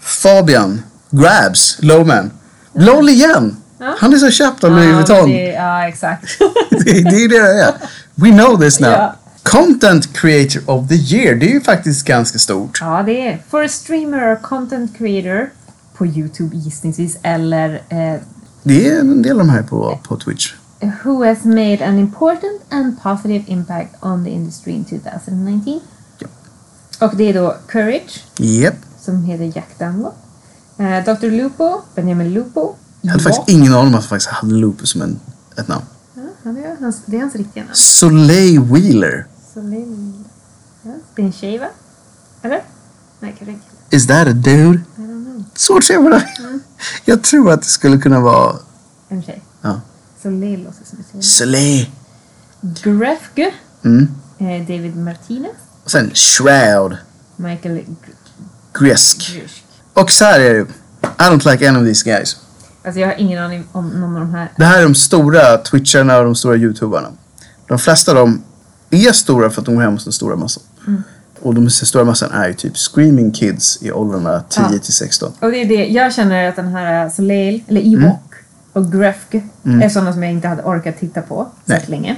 Fabian Grabs Lowman. LOL igen! Ja. Han är så köpt av Ja, Louis Vuitton. det- Ja, exakt. (laughs) (laughs) det, det är ju det det är. We know this now. Ja. Content creator of the year. Det är ju faktiskt ganska stort. Ja, det är For a streamer or content creator på Youtube gissningsvis eller eh, Det är en del av de här på, på Twitch. Who has made an important and positive impact on the industry in 2019? Ja. Och det är då Courage Yep. som heter Jack Dunlop, eh, Dr. Lupo, Benjamin Lupo, Jag hade Jock. faktiskt ingen aning om att han faktiskt hade Lupus som en, ett namn. Ja, han är, hans, det är hans riktiga namn. Soleil Wheeler. Solin... Ja, Stinshiva? Eller? Nej, kanske inte. Is that a dude? I don't know. Svårt att se på det. (laughs) Jag tror att det skulle kunna vara... En tjej. Ja. Solil låter som en tjej. Soleil. Grefg, Mm. eh, David Martinez, Och sen Shroud. Michael Gr- Gresk. Grushk. Och så här är det. I don't like any of these guys. Alltså jag har ingen aning om någon av de här. Det här är de stora twitcharna och de stora youtubarna. De flesta av dem är stora för att de går hem hos den stora massan. Och den stora massan är ju typ screaming kids i åldrarna 10 Ja. till 16. Och det är det, jag känner att den här eh, Soleil, eller Mm. Ewok och Grefg är sådana som jag inte hade orkat titta på Nej. så länge.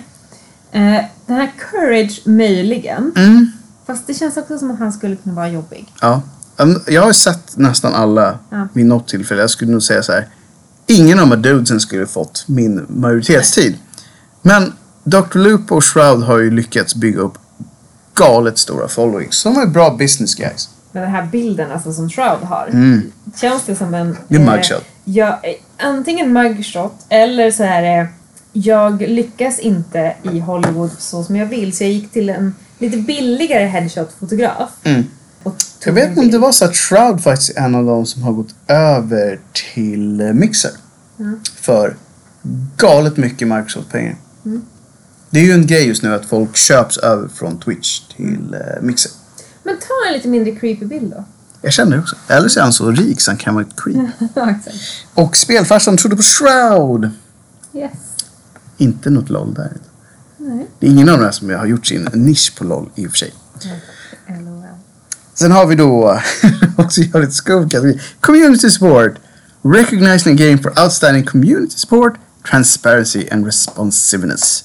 Eh, den här Courage möjligen, Mm. fast det känns också som att han skulle kunna vara jobbig. Ja. Um, Jag har sett nästan alla Ja. vid något tillfälle. Jag skulle nog säga så här. Ingen av de här dudesen skulle fått min majoritetstid. Men Dr. Lupo och Shroud har ju lyckats bygga upp galet stora followings. De är bra business guys. Men den här bilden alltså, som Shroud har, känns det som en... Mm. Det är mugshot. ja, eh, antingen mugshot eller så här... Eh, jag lyckas inte i Hollywood så som jag vill så jag gick till en lite billigare headshot-fotograf. Och Mm. Jag tog vet en inte om bild. det var så att Shroud faktiskt är en av de som har gått över till eh, Mixer. Mm. För galet mycket Microsoft-pengar. Det är ju en grej just nu att folk köps över från Twitch till eh, Mixer. Men ta en lite mindre creepy bild då. Jag känner det också. Eller så är han så rik så han kan vara ett creep. Ja, (laughs) exakt. Och spelfarsan trodde på Shroud. Yes. Inte något LOL där. Nej. Det är ingen av de här som har gjort sin nisch på LOL i och för sig. LOL. Sen har vi då, (laughs) också gör ett skumt kategori, Community support. Recognizing the game for outstanding community support, transparency and responsiveness.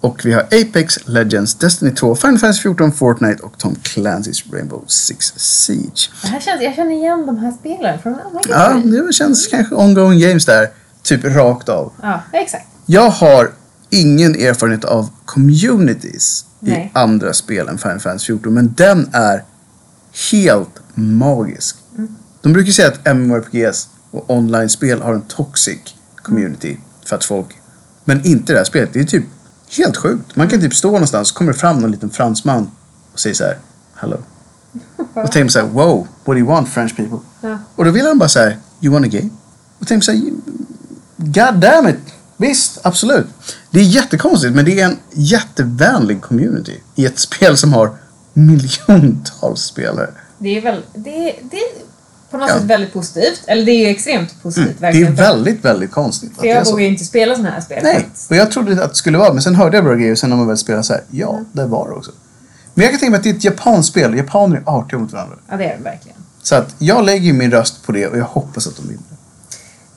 Och vi har Apex, Legends, Destiny 2, Final Fantasy 14, Fortnite och Tom Clancy's Rainbow Six Siege. Det här känns, jag känner igen de här spelen från en annan Ja, kategori. det känns kanske ongoing games där. Typ rakt av. Ja, exakt. Jag har ingen erfarenhet av communities Nej. i andra spel än Final Fantasy 14, men den är helt magisk. Mm. De brukar säga att MMORPGs och online-spel har en toxic community för att folk... Men inte det här spelet. Det är typ helt sjukt. Man kan typ stå någonstans så kommer det fram någon liten fransman och säger så här, Hello. Och tänker så här, wow, what do you want French people? Ja. Och då vill han bara så här, you want a game? Och tänkte så här, God damn it! Visst, absolut. Det är jättekonstigt men det är en jättevänlig community i ett spel som har miljontals spelare. Det är väl, det, är- det är på något Ja. Mm. sätt väldigt positivt. Eller det är ju extremt positivt Det är verkligen. väldigt, väldigt konstigt. att för det är jag så. vågar ju inte spela såna här spel. Nej, och jag trodde att det skulle vara men sen hörde jag bra grejer och sen när man väl spelar så här, ja, Mm. där var det också. Men jag kan tänka mig att det är ett japanskt spel. Japaner är artiga mot varandra. Ja, det är det verkligen. Så att jag lägger ju min röst på det och jag hoppas att de vinner.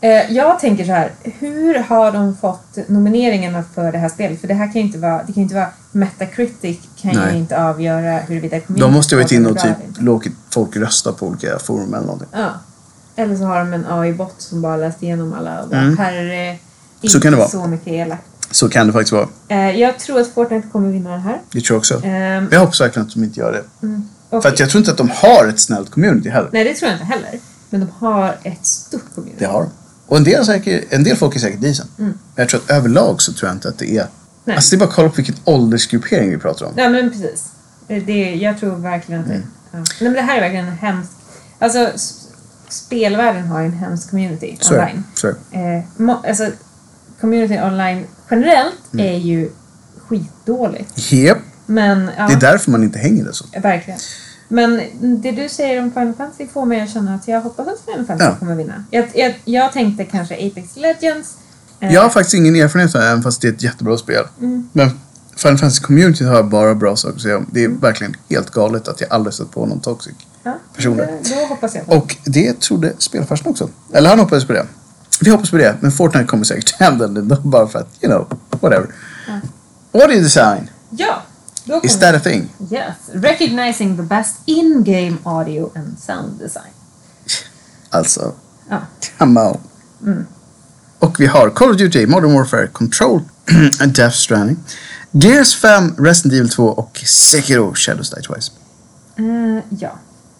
Eh, jag tänker så här, hur har de fått nomineringarna för det här spelet? För det här kan ju inte vara, det kan ju inte vara Metacritic kan Nej. ju inte avgöra huruvida De måste ha varit inne och bra typ eller inte. låtit folk rösta på olika forum eller någonting. Ja. Eller så har de en AI-bot som bara läst igenom alla och bara, Mm. här är inte Så kan det vara. så mycket elakt. Så kan det faktiskt vara. Eh, jag tror att Fortnite kommer vinna den här. Det tror jag också. Ehm, Jag hoppas verkligen att de inte gör det. och- För att jag tror inte att de har ett snällt community heller. Nej, det tror jag inte heller. Men de har ett stort community. Det har de. Och en del, säkert, en del folk är säkert decent. Men jag tror att överlag så tror jag inte att det är... Mm. Nej. Alltså det är bara att kolla på vilken åldersgruppering vi pratar om. Ja, men precis. Det, jag tror verkligen att Mm. det... Ja. Nej, men det här är verkligen en hemsk... Alltså, s- spelvärlden har ju en hemsk community Så är det. online. Så är det. Eh, mo- alltså, community online generellt Mm. är ju skitdåligt. Japp. Men, ja, Det är därför man inte hänger där så. verkligen. Men det du säger om Final Fantasy får mig att känna att jag hoppas att Final Fantasy Ja. kommer vinna. Jag, jag, jag tänkte kanske Apex Legends. eh, Mm. Jag har faktiskt ingen erfarenhet av det, även fast det är ett jättebra spel. Men Final Fantasy Community har jag bara bra saker att säga om. Det är Mm. verkligen helt galet att jag aldrig stött på någon toxic. ja, personer. Då, då hoppas jag på Och det trodde spelfarsan också. Eller han hoppades på det. Vi hoppas på det, men Fortnite kommer säkert (laughs) hända ändå bara för att, you know, whatever. Audio design Ja, då kommer is that a thing? Yes, recognizing the best in-game audio and sound design. Alltså, Ja, come on. Mm. Och vi har Call of Duty, Modern Warfare, Control, (clears throat) Death Stranding, Gears 5, Resident Evil 2 och Sekiro, Shadows Die Twice. eh, ja.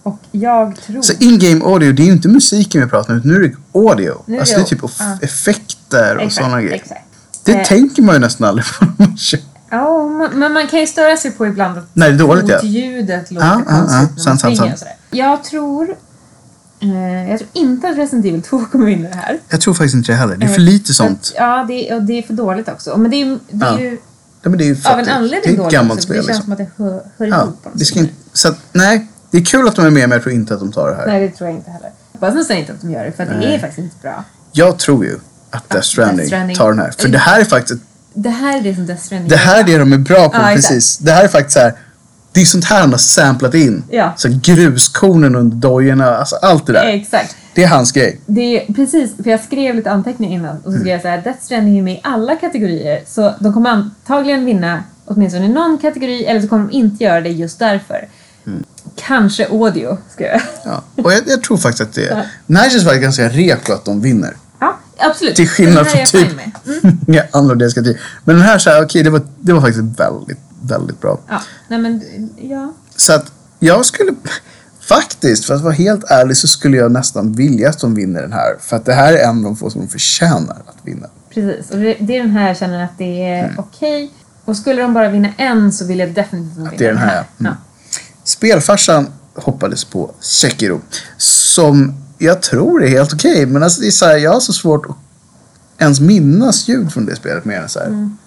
och jag tror... Så in-game audio, det är ju inte musiken vi pratar om, utan nu är det audio. Nu är det alltså det är typ audio. off- effekter och sådana grejer. exakt. Det Eh. tänker man ju nästan aldrig på när man kör. Ja, man- men man kan ju störa sig på ibland att Nej, det är dåligt, ja. ljudet låter Ja, ja, konstigt ja. när man Sant, sant, springer sant. och sådär. Jag tror... Eh, jag tror inte att Resident Evil 2 kommer in i det här. Jag tror faktiskt inte det heller. Det är för Eh, lite men- sånt. Ja, det, och det är för dåligt också. Men det är, ju- det är Ja. ju Ja, men det är ju för av att en det- anledning det är ett dåligt gammalt också, för spel. Det känns Liksom. som att det hör, hör Ja, ihop på något det ska sätt. inte, så att, nej, det är kul att de är med men jag tror inte att de tar det här. Nej, det tror jag inte heller. Hoppas nästan inte att de gör det, för att det är faktiskt liksom. inte bra. Jag tror ju att Death Stranding, Death Stranding- tar den här. För det här är faktiskt, Det här är det som Death Stranding det här är det de är bra på. Ja, exakt. precis. Det här är faktiskt så här, det är sånt här han har samplat in. Ja. Så gruskornen under dojorna, alltså allt det där. Exakt. Det är hans grej. Det är, precis, för jag skrev lite anteckningar innan och så skrev jag så Mm. här, Death Stranding är med i alla kategorier så de kommer antagligen vinna åtminstone någon kategori eller så kommer de inte göra det just därför. Mm. Kanske audio, skrev jag. Ja. Och jag, jag tror faktiskt att det är... Nigel var faktiskt ganska reko att de vinner. Ja, absolut. Till Den skillnad här från är typ... jag fine med. Mm. (laughs) ja, andra delar ska till. Men den här så här, okej, det, var, det var faktiskt väldigt, väldigt bra. Ja, nej men ja. Så att jag skulle faktiskt, för att vara helt ärlig, så skulle jag nästan vilja att de vinner den här. För att det här är en av de få som de förtjänar att vinna. Precis, och det, det är den här jag känner att det är Mm. okej. Och skulle de bara vinna en så vill jag definitivt att de Mm. det är den här, ja. Ja. Spelfarsan hoppades på Sekiro. Som jag tror är helt okej, men alltså, det är så här, jag har så svårt att ens minnas ljud från det spelet mer än så här, Mm.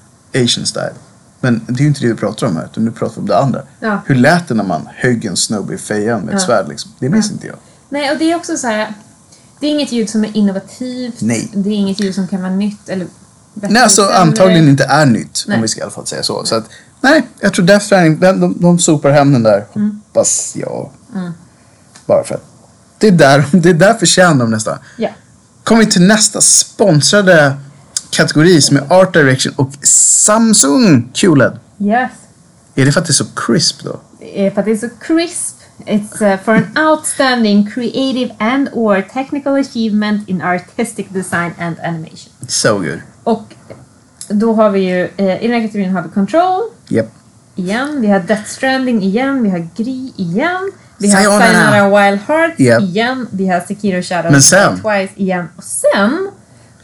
Asian style. Men det är ju inte det vi pratar om här, utan nu pratar vi om det andra. Ja. Hur lät det när man högg en snubbe i fejan med ett Ja. svärd liksom? Det minns inte jag. Nej, och det är också så här. Det är inget ljud som är innovativt. Nej. Det är inget ljud som kan vara nytt eller bättre Nej, alltså eller sämre. antagligen inte är nytt. Nej. Om vi ska i alla fall säga så. Så att, nej, jag tror Death Stranding, de, de, de sopar hem den där. Mm. Hoppas jag. Bara för att. Det är, där, det är därför tjänar de nästan. Ja. Kommer vi till nästa sponsrade kategori som är Art Direction och Samsung QLED. Yes. Är det för att det är så crisp då? Det är För att det är så crisp. It's uh, for an outstanding creative and or technical achievement in artistic design and animation. So good. Och då har vi ju, eh, i den här kategorin har vi Control Yep. igen, vi har Death Stranding igen, vi har Gri igen, vi har Sayonara. Sayonara, Wild Hearts Yep. igen, vi har Sekiro Shadow Men sen? Twice igen och sen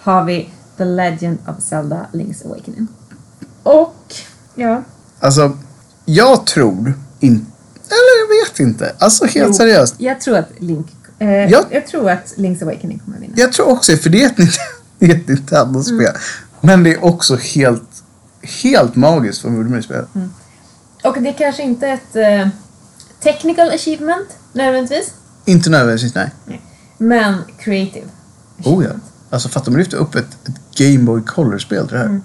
har vi The Legend of Zelda Link's Awakening. Och, ja, Alltså, jag tror inte... Eller jag vet inte. Alltså helt Jo. seriöst. jag tror att Link eh, Ja. Jag tror att Link's Awakening kommer vinna. Jag tror också för det är ett Nint- (laughs) det är ett Mm. Nintendo-spel. Men det är också helt, helt magiskt för gjorde med det spelet. Mm. Och det är kanske inte ett eh, technical achievement nödvändigtvis, Inte nödvändigtvis, nej. men creative. Mm. Oh ja. Alltså fatta om du lyfter upp ett, ett Game Boy Color-spel till det här. Mm.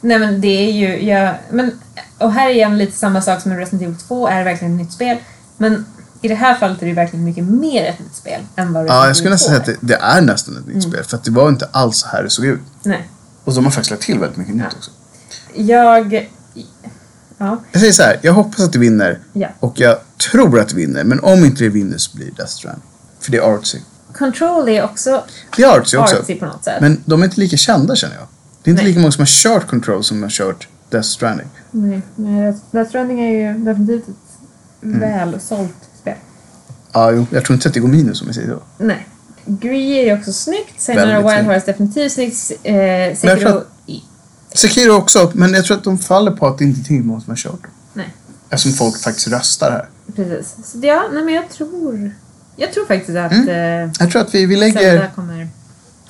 Nej men det är ju, jag, men, och här igen lite samma sak som i Resident Evil 2, är det verkligen ett nytt spel? Men i det här fallet är det ju verkligen mycket mer ett nytt spel än vad Resident Ja, Evil jag skulle 2 nästan säga är. att det, det är nästan ett Mm. nytt spel. För att det var inte alls så här det såg ut. Nej. Och så har man faktiskt lagt till väldigt mycket nytt också. Jag... Ja, Jag säger så här, jag hoppas att det vinner. Ja. Och jag tror att det vinner. Men om inte det vinner så blir det Death Stranding. För det är artsy. Control är också Det är artsy också. artsy på något sätt. Men de är inte lika kända känner jag. Det är inte Nej. lika många som har kört Control som har kört Death Stranding. Nej, men Death Stranding är ju definitivt ett Mm. välsålt spel. Ja, jo. Jag tror inte att det går minus om vi säger så. Nej. Gree är ju också snyggt, Senare Väldigt Wild snyggt. Horse definitivt snyggt, eh, jag tror Sekiro... att- Sekiro också, men jag tror att de faller på att det inte är tillräckligt många som har kört dem. Nej. Eftersom folk faktiskt röstar här. Precis. Så det- ja, nej men jag tror... Jag tror faktiskt att eh, Jag tror att vi, vi Zelda Mm. lägger... kommer...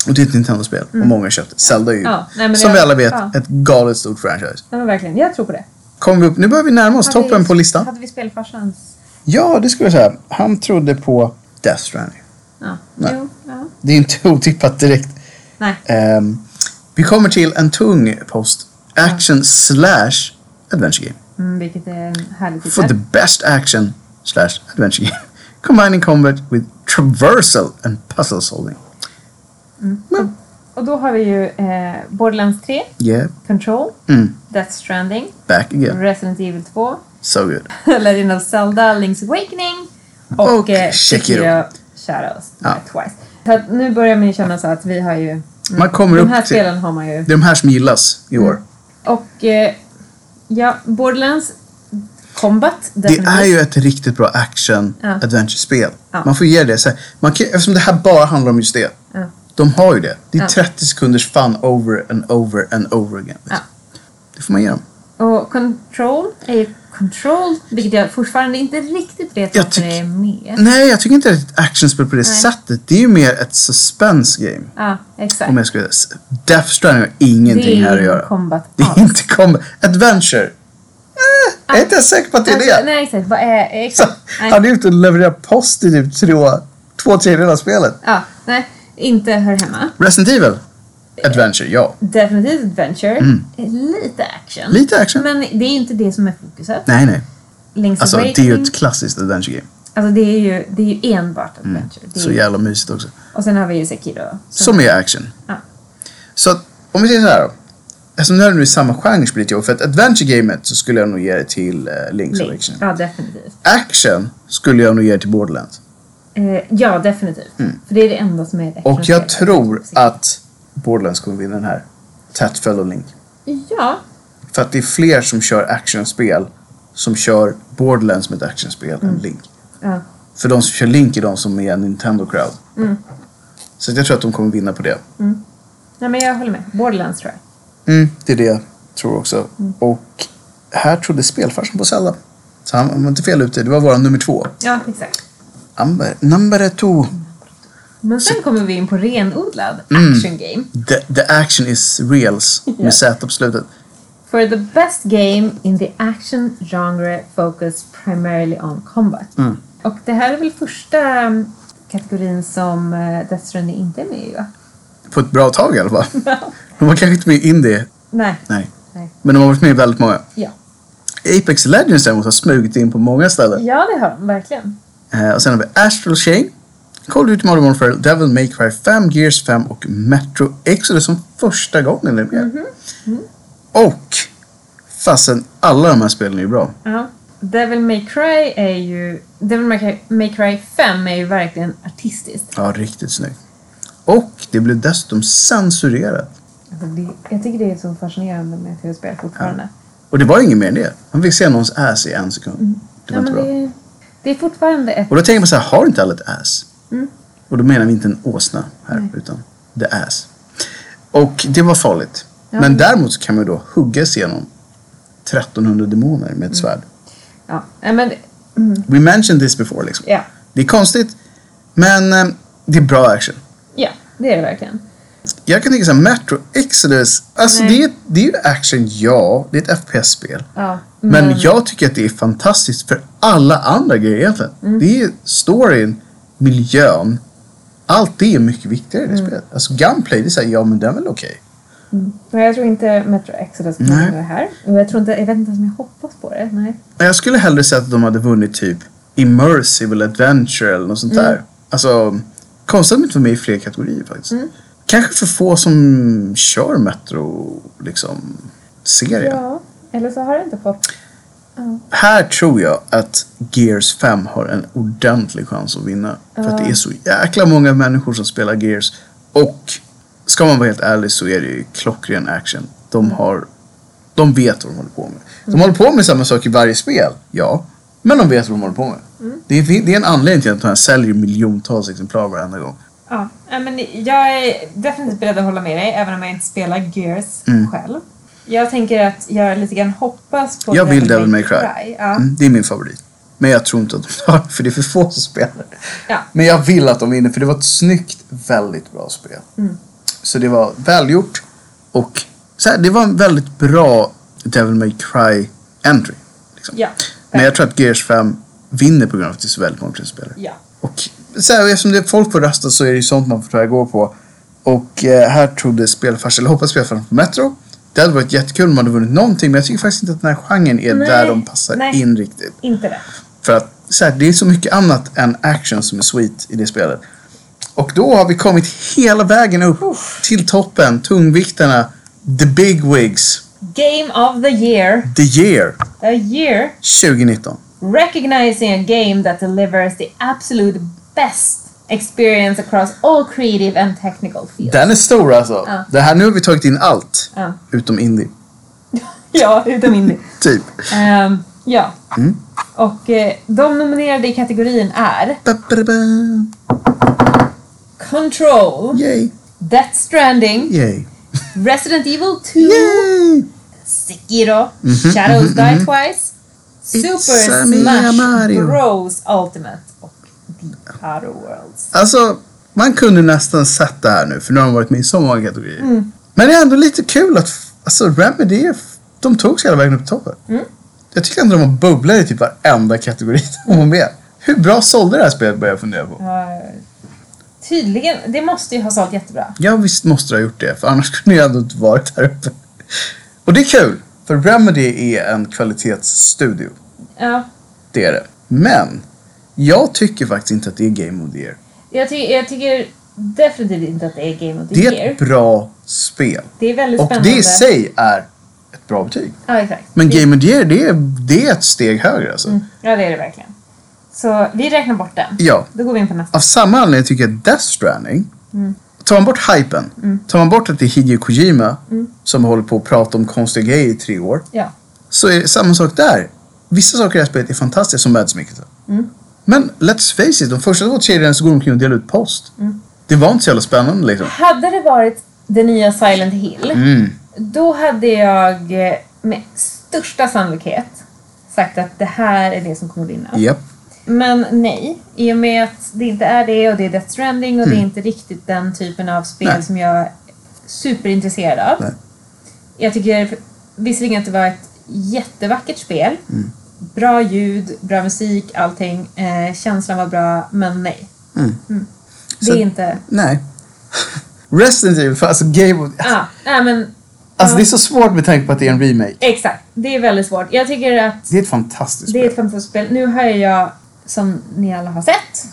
Och det är ett Nintendo-spel och många har köpt det. Zelda är ju, Ja, nej, men som det- vi alla vet, ja. ett galet stort franchise. Ja, men verkligen. Jag tror på det. Kom vi upp, nu börjar vi närma oss Hade toppen vi- på listan. Hade vi spelfarsans... Ja, det skulle jag säga. Han trodde på Death Stranding. Ja. Nej. Jo, ja. Det är inte (laughs) otippat direkt. Nej. Ehm, vi kommer till en tung post. Action slash adventure game. Mm, vilket är en härlig for the titel. best action slash adventure game, (laughs) combining combat with traversal and puzzle solving. Och då har vi ju eh, Borderlands 3, Yeah, Control, Mm. Death Stranding, back again. Resident Evil 2, So good. (laughs) Legend of Zelda, Link's Awakening och, Och eh, Sekiro. Sekiro Shadows Ja. Twice. Så att nu börjar man ju känna så att vi har ju... Man kommer de här upp till spelen Mm, har man ju. det är de här som gillas i år. Och eh, ja, Borderlands Combat. Det definitivt. är ju ett riktigt bra action Ja. adventure-spel. Ja. Man får ge det. Så här, man kan, eftersom det här bara handlar om just det. Ja. De har ju det. Det är Ja. 30 sekunders fun over and over and over again. Ja. Det får man ge dem. Och Control är ju Control, vilket jag fortfarande inte riktigt vet Jag varför det tyck- Mm. är med. Nej, jag tycker inte det är ett actionspel på det Nej. sättet. Det är ju mer ett suspense game. Ja, exakt. Om jag skulle säga. Death Stranding har ingenting det är här att ju göra. Combat Det är alls. inte combat. Adventure. Eh, jag är inte ens säker på att det är Alltså, det. nej, exakt. Vad är... Så, Exakt. Nej. han är ute och levererar post i typ två, två tredjedelar av spelet. Ja, nej. Inte hör hemma. Resident Evil. Adventure, ja. Definitivt adventure. Lite action. Mm. Lite action. Men det är inte det som är fokuset. Nej, nej. Link's Alltså, det är Awakening, ju ett klassiskt adventure game. alltså det är ju, det är ju enbart adventure. Det är Mm. Så ju, jävla mysigt också. och sen har vi ju Sekiro. Så, Som är action. Ja. Så att, om vi säger så här då. Eftersom nu är det nu samma genre så blir det jobbigt. För att adventure gamet så skulle jag nog ge det till eh, Link's Link. Awakening. Ja, definitivt. Action skulle jag nog ge till Borderlands. Eh, ja, definitivt. För det är det enda som är ett Mm. Och jag actionspel. tror att Borderlands kommer vinna den här. Tat Fellow Link. Ja, För att det är fler som kör actionspel som kör Borderlands med ett actionspel än Link. ja. För de som kör Link är de som är en Nintendo crowd. Så att jag tror att de kommer vinna på det. Nej, men jag håller med. Borderlands tror jag. Mm, det är det jag tror också. Och här trodde spelfarsan på Zelda. Så han han var inte fel ute. Det var vår nummer två. Ja, exakt. Amber, number two. Men sen kommer vi in på renodlad Mm. action game. The, the action is reals. Ja. Med Z på slutet. For the best game in the action genre focus primarily on combat. Mm. Och det här är väl första mm, kategorin som eh, Death Stranding inte är med i va? (laughs) På ett bra tag i alla fall. De var kanske inte med i Indie. Nej. Nej. Nej. Men de har varit med i väldigt många. Ja. Apex Legends däremot har smugit in på många ställen. ja, det har de verkligen. Eh, och sen har vi Astral Chain, Call of Duty Modern Warfare, Devil May Cry 5, Gears 5 och Metro Exodus som första gången det är med. Mhm. Mm. Och fasen, alla de här spelen är ju bra. Ja. Devil May Cry är ju... Devil May Cry, May Cry 5 är ju verkligen artistiskt. Ja, riktigt snyggt. Och det blev dessutom censurerat. Alltså det, jag tycker det är så fascinerande med tv-spel fortfarande. Och det var inget mer än det. Man fick se någons ass i en sekund. Det Mm. Ja, var men inte bra. det, det är fortfarande ett... Och då tänker man så här, har inte alla ett ass? Mm. Och då menar vi inte en åsna här, utan the ass. Och det var farligt. Ja. Men däremot så kan man ju då hugga sig igenom 1300 demoner Mm. med ett svärd. Ja, nej, men... Mm, We mentioned this before liksom. ja. Det är konstigt, men eh, det är bra action. ja, det är det verkligen. Jag kan tänka så här, Metro Exodus, alltså Nej. det är, det är ju action, ja. Det är ett FPS-spel. Ja, Men jag tycker att det är fantastiskt för alla andra grejer egentligen. Det är storyn, miljön. Allt det är mycket viktigare i det spelet. Alltså Gunplay, det är såhär, ja men den är väl okej. Men jag tror inte Metro Exodus kommer Nej. vara med här. Och jag, tror inte, jag vet inte ens om jag hoppas på det. Nej. Men Jag skulle hellre sett att de hade vunnit typ Immersive Adventure eller något sånt där. Alltså, konstigt att de inte var med i fler kategorier faktiskt. Kanske för få som kör Metro, liksom, serien. Ja, eller så har det inte fått. Här tror jag att Gears 5 har en ordentlig chans att vinna. För att det är så jäkla många människor som spelar Gears. Och ska man vara helt ärlig så är det ju klockren action. De har... De vet vad de håller på med. De håller på med samma sak i varje spel, ja. Men de vet vad de håller på med. Det, är, det är en anledning till att de här säljer miljontals exemplar varenda gång. Ja, nej, men jag är definitivt beredd att hålla med dig, även om jag inte spelar Gears Mm. själv. Jag tänker att jag lite grann hoppas på Jag vill Devil May Cry. Ja. Mm, det är min favorit. Men jag tror inte att de tar det, för det är för få som spelar. Ja. Men jag vill att de vinner, för det var ett snyggt, väldigt bra spel. Mm. Så det var välgjort och så här, det var en väldigt bra Devil May Cry entry. Liksom. Ja. Men jag tror att Gears 5 vinner på grund av att det är så väldigt många spelare. ja. Och så här, eftersom det är folk får rösta så är det ju sånt man får ta och gå på. Och eh, här trodde spelfarsen, eller hoppas spelfarsen på Metro. Det hade varit jättekul om man hade vunnit någonting men jag tycker faktiskt inte att den här genren är Nej, där de passar nej. in riktigt. Inte det. För att så här, det är så mycket annat än action som är sweet i det spelet. Och då har vi kommit hela vägen upp till toppen, tungviktarna, the big wigs, Game of the year. the year A year 2019. recognizing a game that delivers the absolute best experience across all creative and technical fields. Den är stor alltså. Ja. Det här, nu har vi tagit in allt. Ja. Utom indie. Ja, utom indie. Typ. Ehm, ja. Och eh, de nominerade i kategorin är Ba-ba-da-ba. Control, Yay. Death Stranding, Yay. Resident Evil 2, Yay! Sekiro, Shadows Die Twice, Super a me, Smash Mario. Bros Ultimate och The Outer Worlds. Alltså, man kunde nästan sett det här nu för nu har de varit med i så många kategorier. Men det är ändå lite kul att alltså, Remedy, är- de tog sig hela vägen upp till toppen. Jag tycker ändå de har bubblor i typ varenda kategori (laughs) de var med. Hur bra sålde det här spelet börjar jag fundera på. Eh, tydligen, det måste ju ha sålt jättebra. Ja, visst måste det ha gjort det, för annars (laughs) kunde jag ändå inte varit här uppe. Och det är kul, för Remedy är en kvalitetsstudio. Ja. Det är det. Men, jag tycker faktiskt inte att det är Game of the Year. Jag, ty- jag tycker definitivt inte att det är Game of the Det är Year. ett bra spel. Det är väldigt Och spännande. det i sig är ett bra betyg. Ja, exakt. Men Det- mm, Game of the Year, det är, det är ett steg högre alltså. Ja, det är det verkligen. Så vi räknar bort den. Ja. Då går vi in på nästa. Av samma anledning tycker jag att Death Stranding, Mm. tar man bort hypen, tar man bort att det är Hideo Kojima som håller på att prata om konstiga grejer i tre år, Mm. Ja. så är det samma sak där. Vissa saker i det här spelet är fantastiska som Mads Mikkelsen. Mm. Men let's face it, de första två tjejerna så går de omkring och delar ut post. Mm. Det var inte så jävla spännande liksom. Hade det varit det nya Silent Mm. Hill, då hade jag eh, med största sannolikhet sagt att det här är det som kommer vinna. Japp. Men nej, i och med att det inte är det och det är Death Stranding och det är inte riktigt den typen av spel Mm. Nej. som jag är superintresserad av. Nej. Jag tycker visserligen att det var ett jättevackert spel. Mm. Bra ljud, bra musik, allting. Eh, känslan var bra, men nej. Mm. Det Så- är inte... Nej. (laughs) Resident Evil, för alltså Game of... Alltså, Ah, nej men det är så svårt med tanke på att det är en remake. exakt. Det är väldigt svårt. Jag tycker att Det är ett fantastiskt Det är ett spel. fantastiskt spel. Nu har jag, som ni alla (laughs) har sett,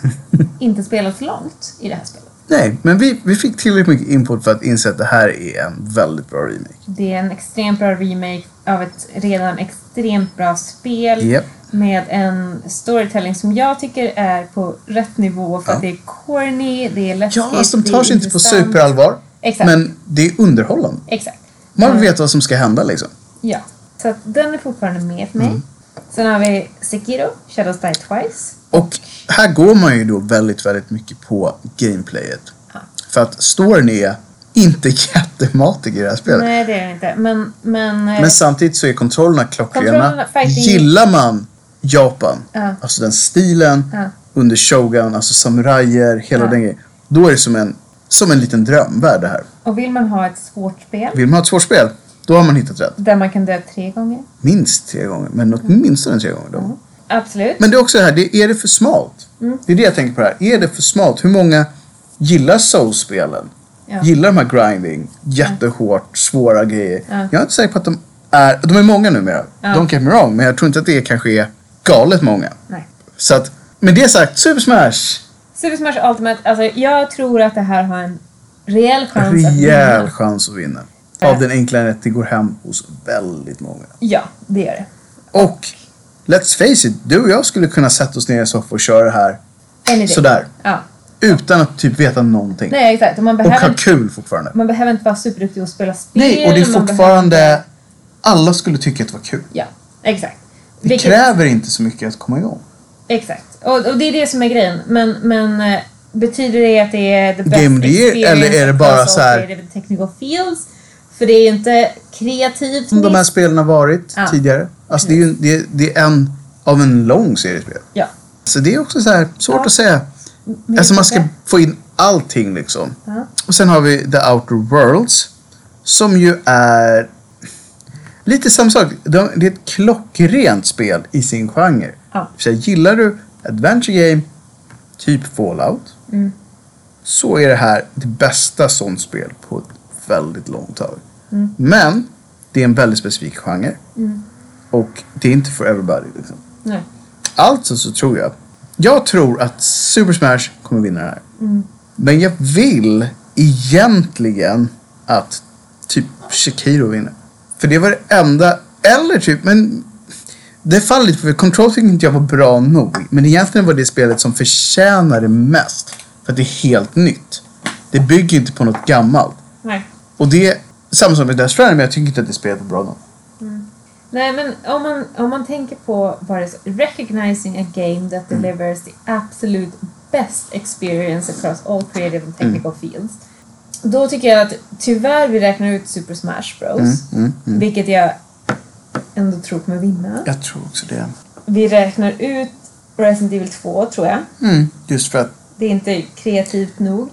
inte spelat för långt i det här spelet. Nej, men vi, vi fick tillräckligt mycket input för att inse att det här är en väldigt bra remake. Det är en extremt bra remake av ett redan extremt bra spel Japp. med en storytelling som jag tycker är på rätt nivå för Ja. att det är corny, det är läskigt, Ja, alltså de det är tar sig inte på intressant. superallvar. Exakt. Men det är underhållande. Exakt. Man Mm. vet vad som ska hända liksom. Ja. Så att den är fortfarande med för mig. Mm. Sen har vi Sekiro, Shadows Die Twice. Och här går man ju då väldigt, väldigt mycket på gameplayet. Ja. För att storyn är inte (laughs) jättematig i det här spelet. Nej, det är den inte. Men, men, eh, Men samtidigt så är kontrollerna klockrena. Kontrollerna, fighting- Gillar man Japan, Ja. alltså den stilen, Ja. under shogun, alltså samurajer, hela Ja. den grejen. Då är det som en, som en liten drömvärld det här. och vill man ha ett svårt spel Vill man ha ett svårt spel, då har man hittat rätt. där man kan dö tre gånger, Minst tre gånger, men åtminstone tre gånger. Då. absolut. Men det är också det här, det, är det för smalt? Mm. Det är det jag tänker på här. Är det för smalt? Hur många gillar soulspelen? Ja. Gillar de här grinding, jättehårt, svåra grejer. Ja. Jag är inte säker på att de är, de är många numera. Ja. Don't get me wrong, men jag tror inte att det kanske är galet många. Nej. Så att, med det sagt, Super Smash! Super Smash Ultimate, alltså jag tror att det här har en rejäl chans att Rejäl vinna. chans att vinna. Ja. Av den enkla att det går hem hos väldigt många. Ja, det gör det. Och, let's face it, du och jag skulle kunna sätta oss ner i en soffa och köra det här En idé. sådär. Ja. Utan att typ veta någonting. Nej, exakt. Och man, Och ha behöver, kul fortfarande. man behöver inte vara superduktig och spela spel. Nej, och det är man fortfarande... behöver- Alla skulle tycka att det var kul. Ja, exakt. Det Vilket- kräver inte så mycket att komma igång. Exakt. Och, och det är det som är grejen. Men, men eh, betyder det att det är the best Game of the year, experience eller är det across bara all så här- creative and technical fields? För det är ju inte kreativt. Som de här spelen har varit Ja. tidigare. Alltså det är ju det är, det är en av en lång seriespel. Ja. Så det är också så här svårt Ja. att säga. Men Alltså man ska tycker- få in allting liksom. Ja. Och sen har vi The Outer Worlds. Som ju är lite samma sak. De- Det är ett klockrent spel i sin genre. Ja. Så gillar du adventure game, typ Fallout. Så är det här det bästa sånt spel på ett väldigt långt tag. Men det är en väldigt specifik genre. Och det är inte for everybody. Liksom. Nej. Alltså så tror jag. Jag tror att Super Smash kommer vinna det här. Men jag vill egentligen att typ Shakiro vinner. För det var det enda, eller typ, men det faller lite för Control tycker inte jag var bra nog. Men egentligen var det spelet som förtjänade mest. För att det är helt nytt. Det bygger inte på något gammalt. Nej. Och det är samma som med Death Stranding, men jag tycker inte att det spelet var bra nog. Nej, men om man, om man tänker på vad det står, recognizing a game that delivers the absolute best experience across all creative and technical fields. Då tycker jag att tyvärr vi räknar ut Super Smash Bros. Mm. Vilket jag ändå tror kommer vinna. Jag tror också det. Vi räknar ut Resident Evil 2 tror jag. Mm, just för att Det är inte kreativt nog.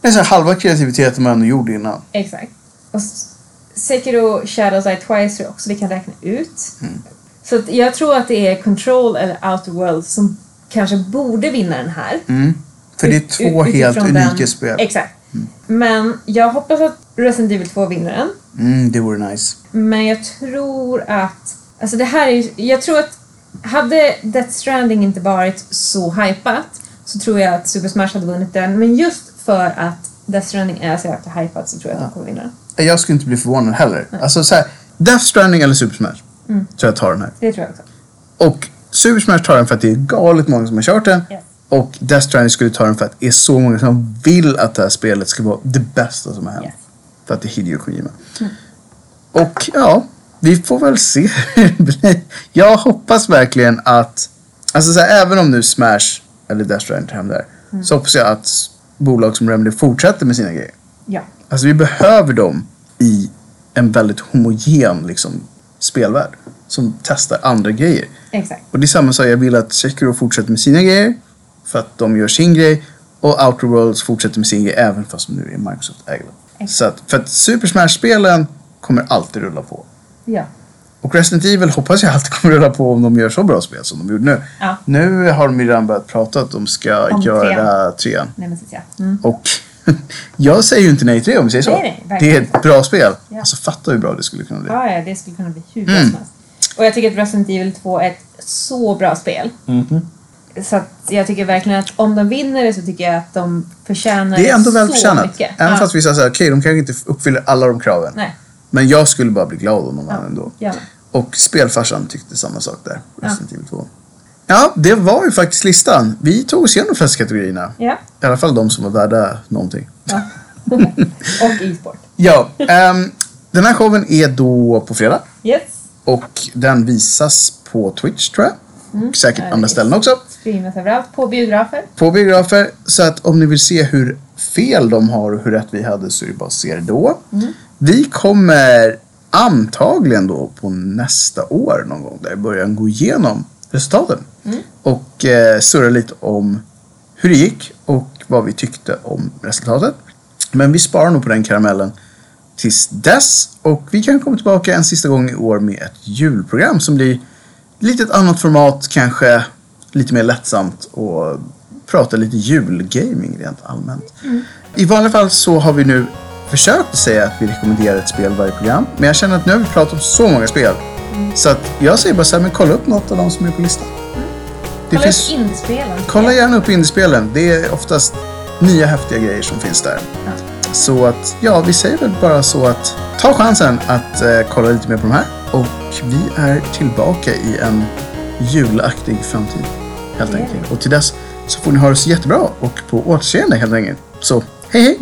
det är så här halva kreativiteten man ändå gjorde innan. Exakt. Och s- Sekiro Shadows Eye Twice tror jag också vi kan räkna ut. Mm. Så att jag tror att det är Control eller Outer Worlds som kanske borde vinna den här. Mm. För det är Ut- två utifrån helt den- unika spel. Exakt. Men jag hoppas att Resident Evil 2 vinner den. Mm, det vore nice. Men jag tror att... Alltså det här är ju, Jag tror att hade Death Stranding inte varit så hypat så tror jag att Super Smash hade vunnit den. Men just för att Death Stranding är så jäkla hypat så tror jag att de kommer vinna den. Jag skulle inte bli förvånad heller. Alltså så här, Death Stranding eller Super Smash. Mm. Tror jag tar den här. Det tror jag också. Och Super Smash tar den för att det är galet många som har kört den. Yes. Och Death Stranding skulle ta den för att det är så många som vill att det här spelet ska vara det bästa som har hänt. Yes. För att det är Hideo Kojima. Och ja, vi får väl se (laughs) hur det blir. Jag hoppas verkligen att, alltså så här, även om nu Smash eller Death Stranding tar hem det här. Så hoppas jag att bolag som Remedy fortsätter med sina grejer. Ja. Alltså vi behöver dem i en väldigt homogen liksom, spelvärld. som testar andra grejer. Exakt. Och det är samma sak, jag vill att Sekiro fortsätter med sina grejer för att de gör sin grej och Outer Worlds fortsätter med sin grej även fast de nu är Microsoft ägda. Exakt. Så att, för att Super Smash-spelen kommer alltid rulla på. Ja. Och Resident Evil hoppas jag alltid kommer rulla på om de gör så bra spel som de gjorde nu. Ja. Nu har de ju redan börjat prata att de ska Om göra trean. Nej men precis ja. Mm. Och (laughs) jag säger ju inte nej till det om vi säger så. Nej, nej, det är verkligen. ett bra spel. Ja. Alltså fatta hur bra det skulle kunna bli. Ja, ja, det skulle kunna bli hur Mm. bra som helst. Och jag tycker att Resident Evil 2 är ett så bra spel. Mhm. Så att jag tycker verkligen att om de vinner det så tycker jag att de förtjänar Det är ändå så väl förtjänat. mycket. Även Ja. fast vi sa såhär, okej de kanske inte uppfyller alla de kraven. Nej. Men jag skulle bara bli glad om de Ja. vann ändå. Ja. Och spelfarsan tyckte samma sak där. Resident Evil 2. Ja, det var ju faktiskt listan. Vi tog oss igenom de flesta kategorierna. Ja. I alla fall de som var värda någonting. (laughs) ja. Och e-sport. Ja, (laughs) ehm, den här showen är då på fredag. Yes. Och den visas på Twitch tror jag. Och säkert ja, det andra är- ställen också. Streamas överallt. På biografer. På biografer. Så att om ni vill se hur fel de har och hur rätt vi hade så är det bara att se det då. Vi kommer antagligen då på nästa år någon gång där i början gå igenom resultaten. Och eh, surra lite om hur det gick och vad vi tyckte om resultatet. Men vi sparar nog på den karamellen tills dess. Och vi kan komma tillbaka en sista gång i år med ett julprogram som blir lite ett annat format, kanske lite mer lättsamt och prata lite julgaming rent allmänt. Mm. I vanliga fall så har vi nu försökt att säga att vi rekommenderar ett spel varje program. Men jag känner att nu har vi pratat om så många spel. Mm. Så att jag säger bara så här, men kolla upp något av de som är på listan. Det Kolla upp indiespelen. Kolla gärna upp indiespelen. Det är oftast nya häftiga grejer som finns där. Ja. Så att, ja, vi säger väl bara så att ta chansen att eh, kolla lite mer på de här. Och vi är tillbaka i en julaktig framtid, helt Det är enkelt. Och till dess så får ni ha det så jättebra och på återseende helt enkelt. Så, hej hej!